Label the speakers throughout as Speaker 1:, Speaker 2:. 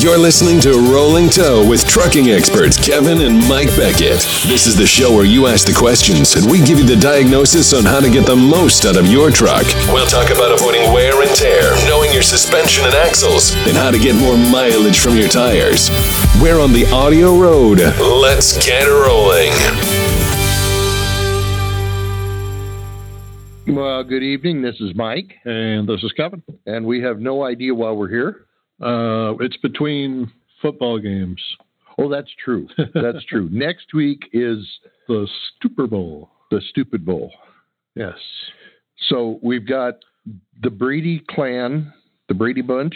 Speaker 1: You're listening to Rolling Toe with trucking experts Kevin and Mike Beckett. This is the show where you ask the questions and we give you the diagnosis on how to get the most out of your truck. We'll talk about avoiding wear and tear, knowing your suspension and axles, and how to get more mileage from your tires. We're on the audio road. Let's get rolling.
Speaker 2: Well, good evening. This is Mike,
Speaker 3: And this is Kevin.
Speaker 2: and we have no idea why we're here.
Speaker 3: Uh, it's between football games.
Speaker 2: Oh, that's true. That's true. Next week is
Speaker 3: The Super Bowl.
Speaker 2: the Stupid Bowl.
Speaker 3: Yes.
Speaker 2: So we've got the Brady clan, the Brady bunch,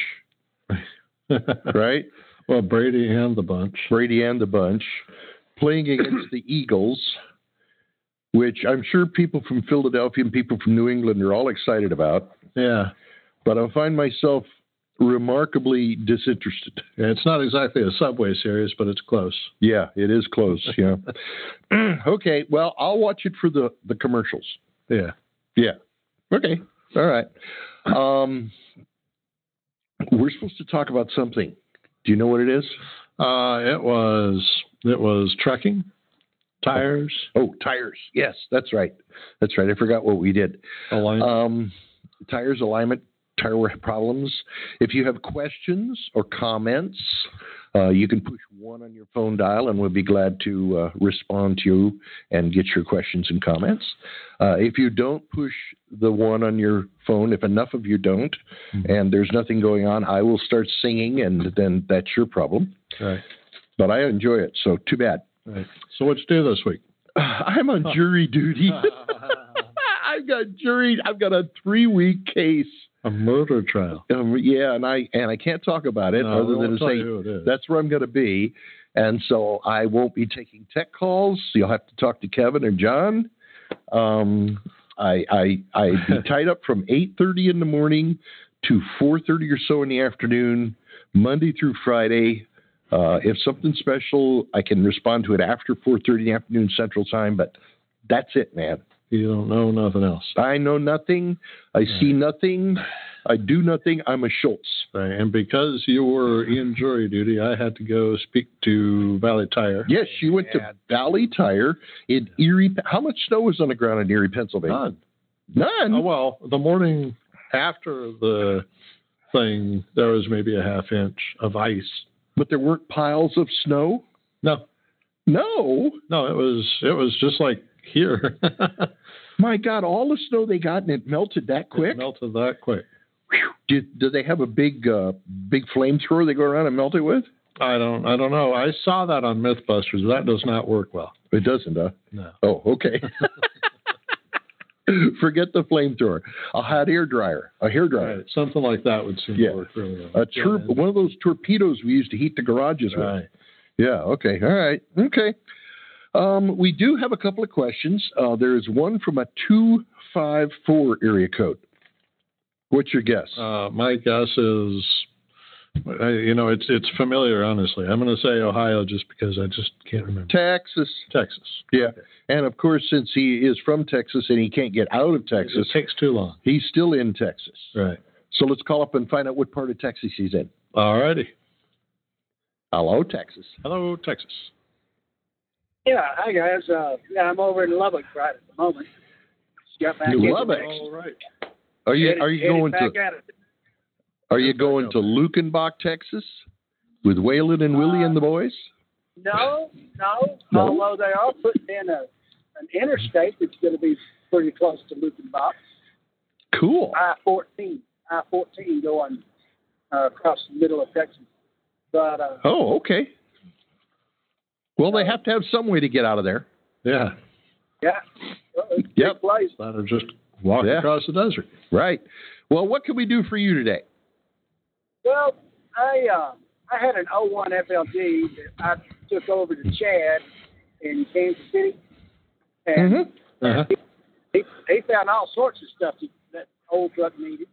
Speaker 2: right?
Speaker 3: well, Brady and the bunch.
Speaker 2: Brady and the bunch playing against the Eagles, which I'm sure people from Philadelphia and people from New England are all excited about.
Speaker 3: Yeah.
Speaker 2: But I find myself remarkably disinterested.
Speaker 3: Yeah, It's not exactly a Subway Series, but it's close.
Speaker 2: Yeah, it is close. Yeah. okay. Well, I'll watch it for the the commercials.
Speaker 3: Yeah.
Speaker 2: Yeah. Okay. All right. Um, we're supposed to talk about something. Do you know what it is?
Speaker 3: Uh, it was it was trucking, tires,
Speaker 2: Oh, tires. Yes, that's right. That's right. I forgot what we did.
Speaker 3: alignment.
Speaker 2: Um, tires alignment, tire wear problems. If you have questions or comments, uh, you can push one on your phone dial, and we'll be glad to uh, respond to you and get your questions and comments. Uh, if you don't push the one on your phone, if enough of you don't, and there's nothing going on, I will start singing, and then that's your problem.
Speaker 3: right.
Speaker 2: But I enjoy it, so too bad.
Speaker 3: Right. So what'd you do this week?
Speaker 2: I'm on jury duty. I've got jury. I've got a three-week case.
Speaker 3: a murder trial.
Speaker 2: Um, yeah, and I and I can't talk about it
Speaker 3: No, we
Speaker 2: other
Speaker 3: won't
Speaker 2: than to
Speaker 3: tell
Speaker 2: say
Speaker 3: you who it is.
Speaker 2: that's where I'm going to be, and so I won't be taking tech calls. So you'll have to talk to Kevin or John. Um, I I I be tied up from eight thirty in the morning to four thirty or so in the afternoon, Monday through Friday. Uh, if something special, I can respond to it after four thirty in the afternoon Central Time. But that's it, man.
Speaker 3: You don't know nothing else.
Speaker 2: I know nothing. I see nothing. I do nothing. I'm a Schultz.
Speaker 3: Right. And because you were in jury duty, I had to go speak to Valley Tire.
Speaker 2: Yes, she went to Valley Tire in Erie. How much snow was on the ground in Erie, Pennsylvania?
Speaker 3: None.
Speaker 2: None.
Speaker 3: Oh, well, the morning after the thing, there was maybe a half inch of ice.
Speaker 2: But there weren't piles of snow.
Speaker 3: No,
Speaker 2: No,
Speaker 3: no, it was it was just like here.
Speaker 2: my God! All the snow they got and it melted that quick.
Speaker 3: It melted that quick.
Speaker 2: Phew. Did, do they have a big, uh, big flamethrower they go around and melt it with?
Speaker 3: I don't I don't know. I saw that on MythBusters. That does not work well.
Speaker 2: It doesn't, huh?
Speaker 3: No.
Speaker 2: Oh, okay. Forget the flamethrower. A hot air dryer. A hair dryer.
Speaker 3: Right. Something like that would seem
Speaker 2: Yeah.
Speaker 3: to work really well.
Speaker 2: A tur-
Speaker 3: Yeah.
Speaker 2: one of those torpedoes we used to heat the garages with.
Speaker 3: Right.
Speaker 2: Yeah. Okay. All right. Okay. Um, we do have a couple of questions. Uh, there is one from a two five four area code. What's your guess?
Speaker 3: Uh, my guess is, I- you know, it's it's familiar. Honestly, I'm going to say Ohio just because I just can't remember
Speaker 2: Texas.
Speaker 3: Texas.
Speaker 2: Yeah. And of course, since he is from Texas and he can't get out of Texas,
Speaker 3: It takes too long.
Speaker 2: he's still in Texas.
Speaker 3: Right.
Speaker 2: So let's call up and find out what part of Texas he's in.
Speaker 3: All righty.
Speaker 2: Hello, Texas.
Speaker 3: Hello, Texas.
Speaker 4: Yeah, hi guys. Uh, yeah, I'm over in Lubbock right at the moment. Just Got back
Speaker 2: You
Speaker 4: into
Speaker 2: Lubbock?
Speaker 4: things.
Speaker 3: All right.
Speaker 2: Are you
Speaker 4: Headed-
Speaker 2: are you
Speaker 4: headed
Speaker 2: going to
Speaker 4: back at it.
Speaker 2: are you going to Lukenbach, Texas, with Waylon and Willie
Speaker 4: Uh,
Speaker 2: and the boys?
Speaker 4: No, no,
Speaker 2: No?
Speaker 4: Although they are putting in a an interstate that's going to be pretty close to Lukenbach,
Speaker 2: Cool.
Speaker 4: I-14, I-14 going uh, across the middle of Texas. But uh,
Speaker 2: Oh, okay. Well, they have to have some way to get out of there.
Speaker 3: Yeah.
Speaker 4: yeah, uh, it's a
Speaker 2: Yep.
Speaker 4: big place.
Speaker 3: That are just walk
Speaker 2: Yeah.
Speaker 3: across the desert.
Speaker 2: Right. Well, what can we do for you today?
Speaker 4: Well, I uh, I had an 01 FLG that I took over to Chad in Kansas City, and
Speaker 2: Mhm.
Speaker 3: Uh-huh.
Speaker 4: he, he found all sorts of stuff that, that old truck needed,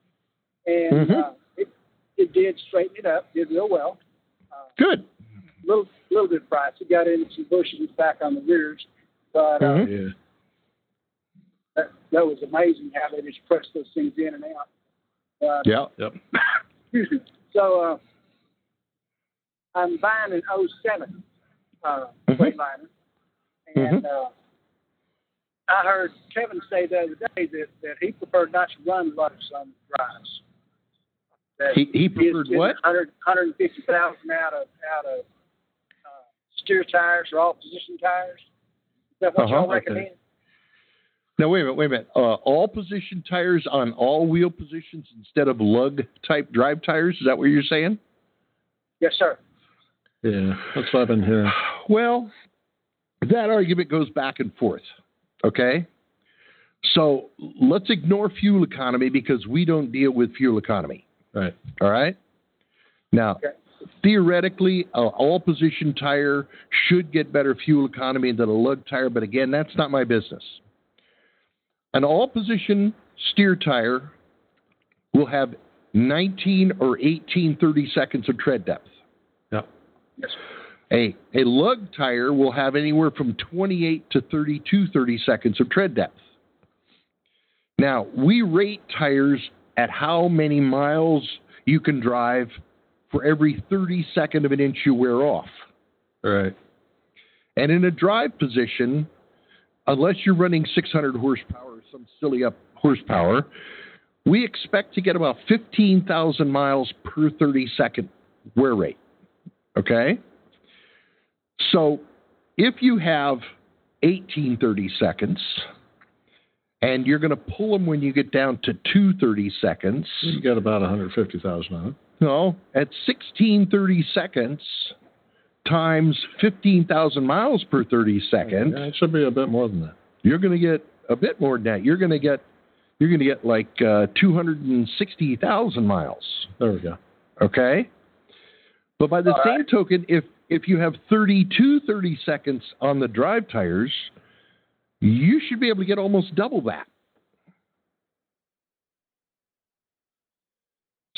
Speaker 4: and uh,
Speaker 2: Mhm.
Speaker 4: it, it did straighten it up, did real well. Uh,
Speaker 2: Good.
Speaker 4: Little little bit pricey, got into some bushes back on the rears, but uh,
Speaker 2: Mhm.
Speaker 3: Yeah.
Speaker 4: that, that was amazing how they just pressed those things in and out. Uh,
Speaker 2: Yeah.
Speaker 3: Yep.
Speaker 4: So uh, I'm buying an 07 uh,
Speaker 2: Mhm.
Speaker 4: Freightliner. And
Speaker 2: Mm-hmm.
Speaker 4: uh, I heard Kevin say the other day that, that he preferred not to run Lux on drives. That
Speaker 2: He- he
Speaker 4: is
Speaker 2: preferred
Speaker 4: getting
Speaker 2: what?
Speaker 4: 100, 150,000 out of, out of uh, steer tires or all position tires. Is that what
Speaker 2: Uh-huh,
Speaker 4: y'all
Speaker 2: okay.
Speaker 4: recommend?
Speaker 2: Now wait a minute, wait a minute. Uh, all position tires on all wheel positions instead of lug type drive tires. Is that what you're saying?
Speaker 4: Yes, sir.
Speaker 3: Yeah, that's what I've been hearing.
Speaker 2: Well, that argument goes back and forth. Okay. So let's ignore fuel economy because we don't deal with fuel economy.
Speaker 3: Right.
Speaker 2: All right. Now,
Speaker 4: Okay.
Speaker 2: theoretically, a all position tire should get better fuel economy than a lug tire, but again, that's not my business. An all position steer tire will have 19 or 18 30 seconds of tread depth.
Speaker 3: Yeah.
Speaker 4: Yes, sir.
Speaker 2: A, a lug tire will have anywhere from 28 to 32 30 seconds of tread depth. Now, we rate tires at how many miles you can drive for every 30 second of an inch you wear off.
Speaker 3: Right.
Speaker 2: And in a drive position, unless you're running 600 horsepower or some silly up horsepower, we expect to get about 15,000 miles per 30 second wear rate. Okay? So if you have 18 30 seconds and you're going to pull them when you get down to 230 seconds,
Speaker 3: You got about 150,000 on it.
Speaker 2: no, at 1630 seconds times 15,000 miles per 30 seconds,
Speaker 3: Yeah, it should be a bit more than that.
Speaker 2: you're going to get a bit more than that. You're going to get you're going to get like uh, 260,000 miles,
Speaker 3: There we go.
Speaker 2: okay? But by the
Speaker 4: All
Speaker 2: same
Speaker 4: right.
Speaker 2: token, if if you have 32 30 seconds on the drive tires, you should be able to get almost double that.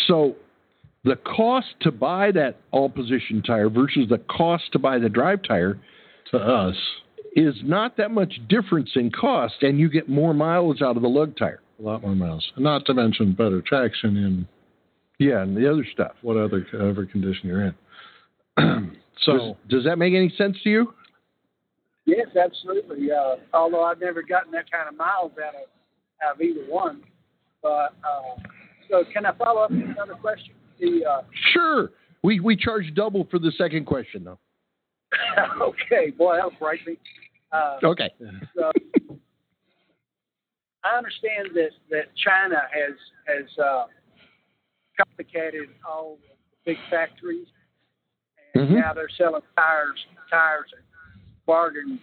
Speaker 2: So the cost to buy that all position tire versus the cost to buy the drive tire
Speaker 3: To us,
Speaker 2: is not that much difference in cost, and you get more mileage out of the lug tire.
Speaker 3: a lot more miles. Not to mention better traction in
Speaker 2: Yeah, and the other stuff.
Speaker 3: what other whatever condition you're in. so,
Speaker 2: does, does that make any sense to you?
Speaker 4: Yes, absolutely. Uh, although I've never gotten that kind of miles out of out of either one, but uh, so can I follow up with another question? The uh,
Speaker 2: Sure. We we charge double for the second question though.
Speaker 4: uh, okay, boy, that'll break me. Uh,
Speaker 2: Okay.
Speaker 4: so I understand that that China has has uh, complicated all the big factories, and
Speaker 5: Mm-hmm.
Speaker 2: Mhm.
Speaker 4: now they're selling tires tires at bargain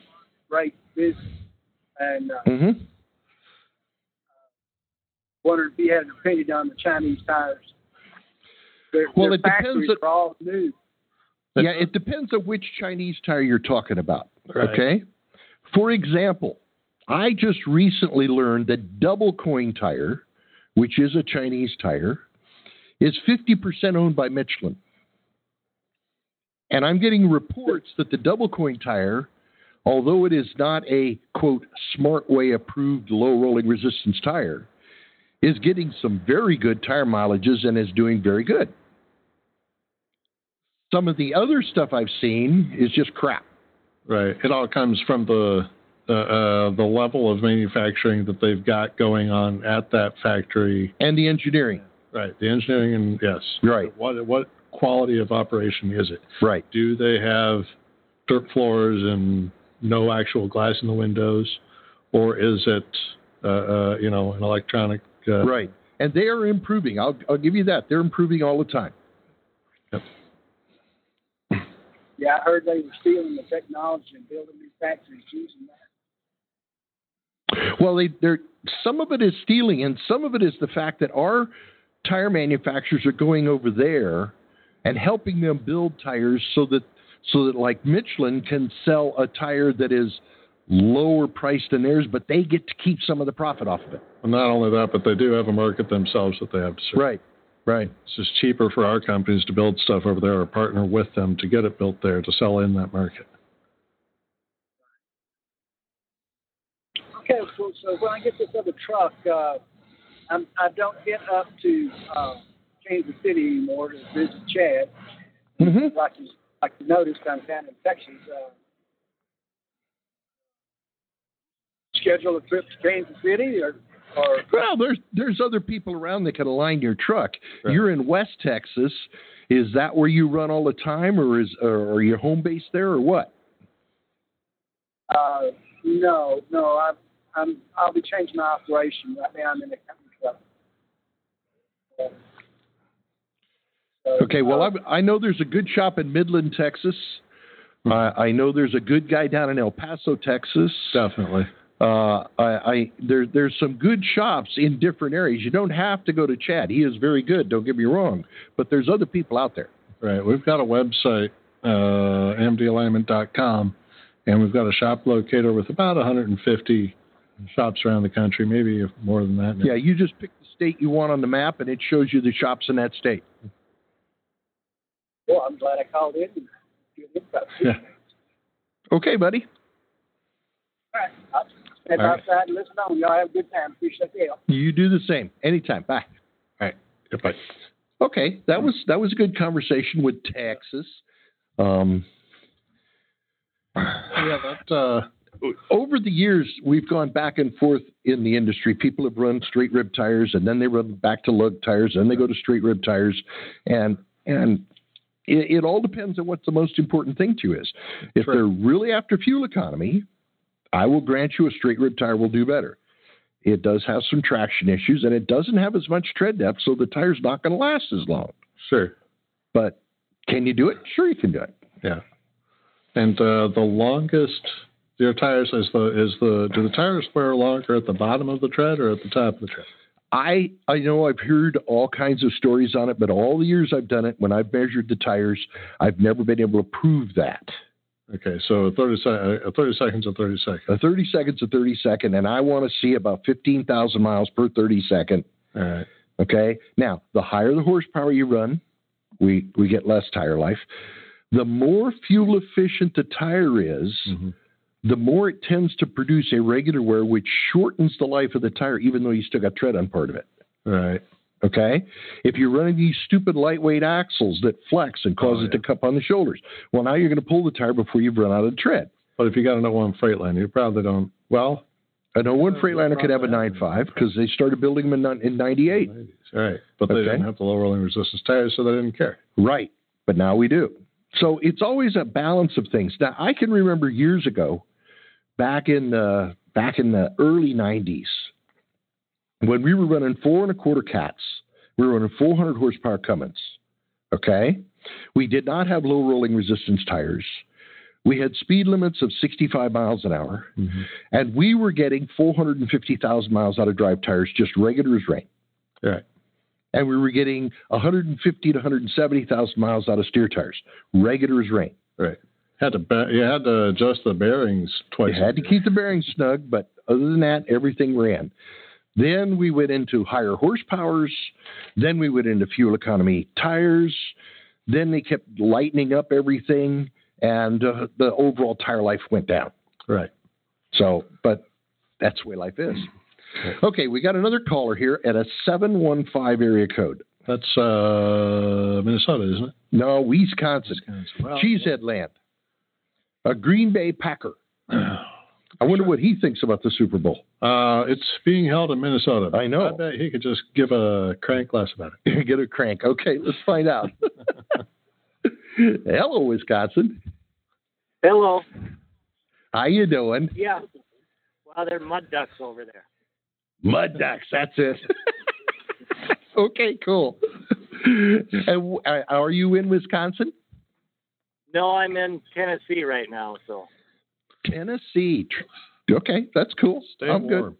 Speaker 4: rate business, and uh,
Speaker 2: Mm-hmm.
Speaker 4: wondering if you had an opinion on the Chinese tires. Their,
Speaker 2: Well,
Speaker 4: their
Speaker 2: it depends
Speaker 4: factories
Speaker 2: on-
Speaker 4: are all new.
Speaker 2: Yeah, it depends on which Chinese tire you're talking about.
Speaker 3: Right.
Speaker 2: Okay. For example, I just recently learned that double coin tire, which is a Chinese tire, is 50% owned by Michelin. And I'm getting reports that the double coin tire, although it is not a quote smart way approved low rolling resistance tire, is getting some very good tire mileages and is doing very good. Some of the other stuff I've seen is just crap.
Speaker 3: right, it all comes from the uh, uh, the level of manufacturing that they've got going on at that factory.
Speaker 2: And the engineering.
Speaker 3: Right, the engineering and yes,
Speaker 2: Right.
Speaker 3: What what quality of operation is it?
Speaker 2: Right.
Speaker 3: Do they have dirt floors and no actual glass in the windows, or is it uh, uh, you know an electronic? Uh,
Speaker 2: Right. And they are improving. I'll, I'll give you that. They're improving all the time.
Speaker 4: Yeah, I heard they were stealing the technology and building new factories using that.
Speaker 2: Well, they, they're some of it is stealing, and some of it is the fact that our tire manufacturers are going over there and helping them build tires so that so that like Michelin can sell a tire that is lower priced than theirs, but they get to keep some of the profit off of it.
Speaker 3: And not only that, but they do have a market themselves that they have to serve.
Speaker 2: Right. Right.
Speaker 3: It's just cheaper for our companies to build stuff over there or partner with them to get it built there to sell in that market.
Speaker 4: Okay, so, so when I get this other truck, uh, I'm, I don't get up to uh, Kansas City anymore to visit Chad
Speaker 2: Mhm.
Speaker 4: like you like you noticed, I'm down infections. Uh, schedule a trip to Kansas City or, or
Speaker 2: Well, there's there's other people around that can align your truck. You're in West Texas. Is that where you run all the time, or is or are you home base there, or what?
Speaker 4: uh, no, no, I'm, I'm, I'll be changing my operation right now. I'm in the company club. So,
Speaker 2: Okay, well,
Speaker 4: uh,
Speaker 2: I'm, I know there's a good shop in Midland, Texas. Uh, I know there's a good guy down in El Paso, Texas.
Speaker 3: Definitely.
Speaker 2: Uh, I, I there there's some good shops in different areas. You don't have to go to Chad. He is very good. Don't get me wrong, but there's other people out there.
Speaker 3: Right. We've got a website, uh, mdalignment.com, and we've got a shop locator with about 150 shops around the country, maybe if more than that. now.
Speaker 2: Yeah, you just pick the state you want on the map, and it shows you the shops in that state.
Speaker 4: well, I'm glad I called in. and did it, but-
Speaker 3: Yeah.
Speaker 2: Okay, buddy.
Speaker 4: All right. I'll step
Speaker 3: All right.
Speaker 4: outside and listen on. Y'all have a good time. Appreciate the help.
Speaker 2: You do the same. Anytime. Bye.
Speaker 3: Goodbye.
Speaker 2: Okay, that was that was a good conversation with Texas. Um,
Speaker 3: Yeah, that, uh,
Speaker 2: over the years, we've gone back and forth in the industry. People have run straight rib tires, and then they run back to lug tires, and they go to straight rib tires, and and it, it all depends on what the most important thing to you is. If
Speaker 3: Sure.
Speaker 2: they're really after fuel economy, I will grant you a straight rib tire will do better. It does have some traction issues, and it doesn't have as much tread depth, so the tire's not going to last as long.
Speaker 3: sure.
Speaker 2: But can you do it? Sure, you can do it.
Speaker 3: And uh, the longest your tires is the is the do the tires wear longer at the bottom of the tread or at the top of the tread?
Speaker 2: I I know I've heard all kinds of stories on it, but all the years I've done it, when I've measured the tires, I've never been able to prove that.
Speaker 3: Okay, so 30, se- uh, 30 seconds and 30 seconds.
Speaker 2: A 30 seconds a 30 second, and I want to see about 15,000 miles per 30 second.
Speaker 3: All right.
Speaker 2: Okay. Now, the higher the horsepower you run, we we get less tire life. The more fuel efficient the tire is,
Speaker 3: Mhm.
Speaker 2: the more it tends to produce a regular wear, which shortens the life of the tire, even though you still got tread on part of it.
Speaker 3: All right.
Speaker 2: Okay. If you're running these stupid lightweight axles that flex and cause
Speaker 3: Oh,
Speaker 2: it to cup on the shoulders, well, now you're going to pull the tire before you've run out of the tread.
Speaker 3: But if you got an 01 Freightliner, you probably don't. Well,
Speaker 2: I know oh one
Speaker 3: Uh,
Speaker 2: Freightliner could have a
Speaker 3: probably.
Speaker 2: 9.5 because they started building them in, nin- in 98.
Speaker 3: all right. But they
Speaker 2: Okay.
Speaker 3: didn't have the low rolling resistance tires, so they didn't care.
Speaker 2: Right. But now we do. So it's always a balance of things. Now, I can remember years ago, back in the, back in the early 90s, when we were running four and a quarter cats, we were running 400 horsepower Cummins. Okay. We did not have low rolling resistance tires. We had speed limits of 65 miles an hour, and we were getting 450,000 miles out of drive tires, just regular as rain.
Speaker 3: Right.
Speaker 2: And we were getting 150 to 170,000 miles out of steer tires, regular as rain.
Speaker 3: Had to ba- you had to adjust the bearings twice.
Speaker 2: You had to keep the bearings snug, but other than that, everything ran. Then we went into higher horsepowers. Then we went into fuel economy tires. Then they kept lightening up everything, and uh, the overall tire life went down.
Speaker 3: Right.
Speaker 2: So, but that's the way life is. Okay, we got another caller here at a 715 area code.
Speaker 3: That's uh, Minnesota, isn't it?
Speaker 2: No, Wisconsin.
Speaker 3: Well,
Speaker 2: Cheesehead Land. A Green Bay Packer. I wonder what he thinks about the Super Bowl.
Speaker 3: Uh, it's being held in Minnesota.
Speaker 2: I know.
Speaker 3: I bet he could just give a crank glass about it.
Speaker 2: Get a crank. Okay, let's find out. Hello, Wisconsin.
Speaker 6: Hello.
Speaker 2: How you doing?
Speaker 6: Yeah. Wow, they're mud ducks over there.
Speaker 2: Mud ducks. That's it. okay, cool. And w- uh, are you in Wisconsin?
Speaker 6: No, I'm in Tennessee right now, so
Speaker 2: Tennessee. Tr- Okay, that's cool.
Speaker 3: Stay
Speaker 2: I'm
Speaker 3: warm.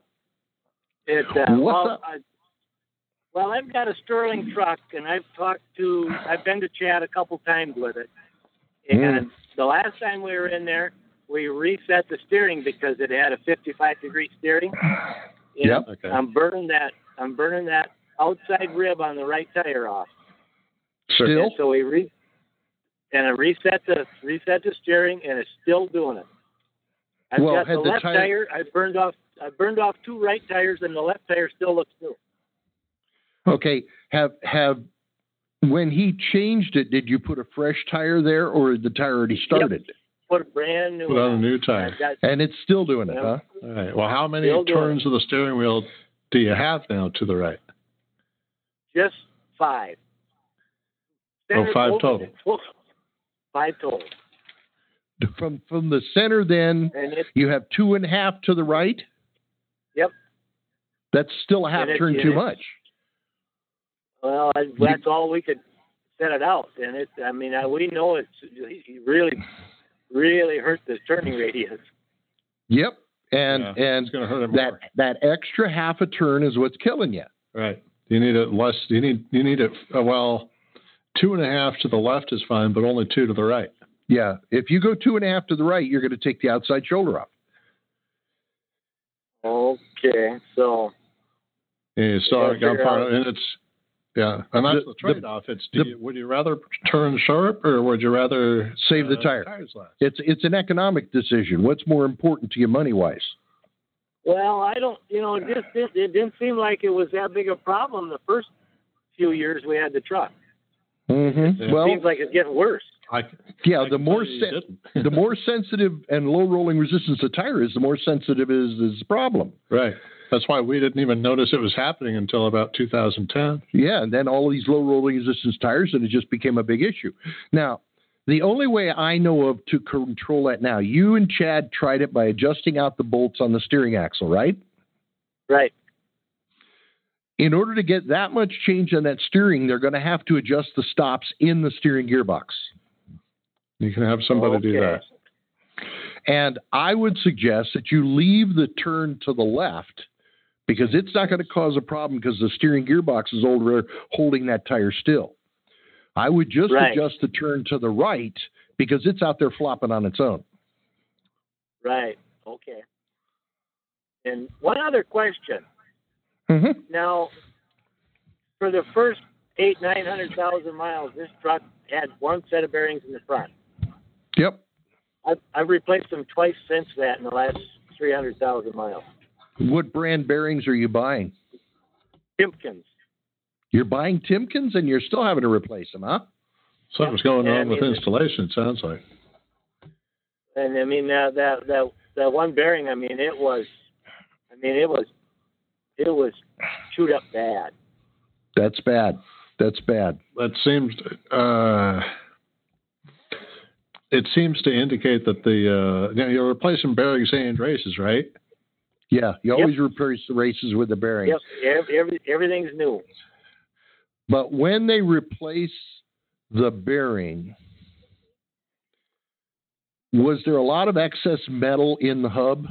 Speaker 2: good.
Speaker 6: it. Uh,
Speaker 2: What's
Speaker 6: well,
Speaker 2: up?
Speaker 6: I, well, I've got a Sterling truck, and I've talked to. I've been to Chad a couple times with it, and
Speaker 2: Mm. Mm-hmm.
Speaker 6: the last time we were in there, we reset the steering because it had a 55 degree steering. And
Speaker 2: Yep.
Speaker 3: Okay.
Speaker 6: I'm burning that. I'm burning that outside rib on the right tire off.
Speaker 2: Still?
Speaker 6: And so we re and I reset the reset the steering, and it's still doing it. I've
Speaker 2: Well,
Speaker 6: got
Speaker 2: had
Speaker 6: the
Speaker 2: the
Speaker 6: left
Speaker 2: tire-
Speaker 6: tire. I burned off. I burned off two right tires, and the left tire still looks new.
Speaker 2: Okay. Have have When he changed it, did you put a fresh tire there, or did the tire already started?
Speaker 6: Put a brand new.
Speaker 3: Put on a
Speaker 6: one.
Speaker 3: new tire.
Speaker 6: That-
Speaker 2: And it's still doing it,
Speaker 6: Yep.
Speaker 2: huh?
Speaker 3: All right. Well, how many
Speaker 6: Still doing
Speaker 3: turns of the steering wheel do you have now to the right?
Speaker 6: just five.
Speaker 3: Oh, five
Speaker 6: Standard over- Five total,
Speaker 2: From from the center, then
Speaker 6: and it
Speaker 2: you have two and a half to the right.
Speaker 6: Yep.
Speaker 2: That's still a half
Speaker 6: And it-
Speaker 2: turn
Speaker 6: and
Speaker 2: too
Speaker 6: it-
Speaker 2: much.
Speaker 6: well, I- that's all we could set it out, and it. I mean, I, we know it's it really, really hurt the turning radius.
Speaker 2: Yep. And
Speaker 3: Yeah.
Speaker 2: and
Speaker 3: It's going to hurt it
Speaker 2: that
Speaker 3: more.
Speaker 2: that extra half a turn is what's killing you.
Speaker 3: Right. You need it less. You need you need it. Uh, well, two and a half to the left is fine, but only two to the right.
Speaker 2: Yeah. If you go two and a half to the right, you're going to take the outside shoulder off.
Speaker 6: Okay, so
Speaker 3: And you still
Speaker 6: Yeah,
Speaker 3: haven't gone
Speaker 6: figure
Speaker 3: far.
Speaker 6: out-
Speaker 3: And it's yeah. And that's
Speaker 2: The-
Speaker 3: the,
Speaker 2: the-
Speaker 3: trade-off. It's do
Speaker 2: the-
Speaker 3: you, would you rather turn sharp or would you rather
Speaker 2: Save the
Speaker 3: uh,
Speaker 2: tire.
Speaker 3: Tires last.
Speaker 2: It's it's an economic decision. What's more important to you money wise?
Speaker 6: Well, I don't, you know, it just it, it didn't seem like it was that big a problem the first few years we had the truck.
Speaker 2: Mm-hmm.
Speaker 3: Yeah.
Speaker 6: It
Speaker 2: Well,
Speaker 6: seems like it's getting worse.
Speaker 3: I,
Speaker 2: yeah.
Speaker 3: I
Speaker 2: The more
Speaker 3: completely
Speaker 2: sen-
Speaker 3: didn't.
Speaker 2: the more sensitive and low rolling resistance the tire is, the more sensitive is is the problem.
Speaker 3: right. That's why we didn't even notice it was happening until about 2010.
Speaker 2: Yeah, and then all of these low rolling resistance tires, and it just became a big issue. Now, the only way I know of to control that now, you and Chad tried it by adjusting out the bolts on the steering axle, right?
Speaker 6: Right.
Speaker 2: In order to get that much change on that steering, they're going to have to adjust the stops in the steering gearbox.
Speaker 3: You can have somebody do
Speaker 6: Okay.
Speaker 3: that.
Speaker 2: And I would suggest that you leave the turn to the left because it's not going to cause a problem because the steering gearbox is over holding that tire still. I would just
Speaker 6: Right.
Speaker 2: adjust the turn to the right because it's out there flopping on its own.
Speaker 6: Right. Okay. And one other question.
Speaker 2: Mm-hmm.
Speaker 6: Now, for the first eight, nine hundred thousand miles, this truck had one set of bearings in the front.
Speaker 2: Yep.
Speaker 6: I've, I've replaced them twice since that in the last three hundred thousand miles.
Speaker 2: What brand bearings are you buying?
Speaker 6: Timkins.
Speaker 2: You're buying Timkins and you're still having to replace them, huh?
Speaker 3: Something's going
Speaker 6: Yeah, I
Speaker 3: on with
Speaker 6: mean,
Speaker 3: installation. It sounds like.
Speaker 6: And I mean that that that that one bearing. I mean it was, I mean it was, it was chewed up bad.
Speaker 2: That's bad. That's bad.
Speaker 3: that seems uh, it seems to indicate that the uh, now you're replacing bearings and races, right?
Speaker 2: Yeah. You
Speaker 6: Yep.
Speaker 2: always replace the races with the bearings.
Speaker 6: Yep, every, every, everything's new.
Speaker 2: But when they replace the bearing, was there a lot of excess metal in the hub?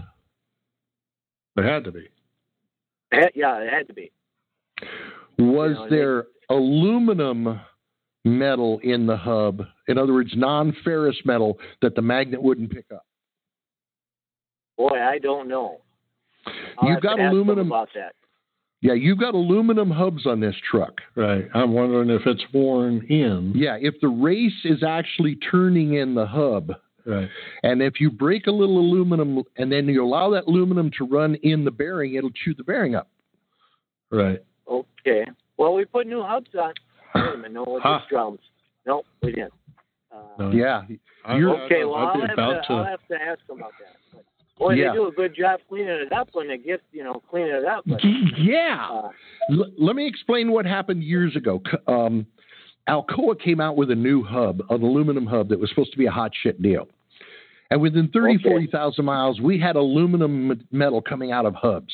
Speaker 3: There had to be.
Speaker 6: It had- yeah, it had to be.
Speaker 2: Was
Speaker 6: Yeah, I
Speaker 2: there aluminum metal in the hub? In other words, non ferrous metal that the magnet wouldn't pick up.
Speaker 6: Boy, I don't know.
Speaker 2: You've
Speaker 6: have to
Speaker 2: got
Speaker 6: ask them
Speaker 2: aluminum-
Speaker 6: about that.
Speaker 2: Yeah, you've got aluminum hubs on this truck.
Speaker 3: Right. I'm wondering if it's worn in.
Speaker 2: Yeah, if the race is actually turning in the hub,
Speaker 3: Right.
Speaker 2: and if you break a little aluminum and then you allow that aluminum to run in the bearing, it'll chew the bearing up.
Speaker 3: Right.
Speaker 6: Okay. Well, we put new hubs on. Wait a minute, no, with
Speaker 3: Huh.
Speaker 6: these drums. No, we didn't. Uh,
Speaker 3: No.
Speaker 2: Yeah,
Speaker 3: I-
Speaker 2: You're-
Speaker 6: okay, well,
Speaker 3: I'd
Speaker 6: I'll
Speaker 3: be
Speaker 6: have,
Speaker 3: about
Speaker 6: to, I'll have to ask them about that. But, boy,
Speaker 2: Yeah.
Speaker 6: they do a good job cleaning it up when they get, you know, cleaning it up. But,
Speaker 2: Yeah.
Speaker 6: uh,
Speaker 2: L- let me explain what happened years ago. C- Um, Alcoa came out with a new hub, an aluminum hub that was supposed to be a hot shit deal. And within 30,
Speaker 6: Okay.
Speaker 2: 40,000 miles, we had aluminum m- metal coming out of hubs.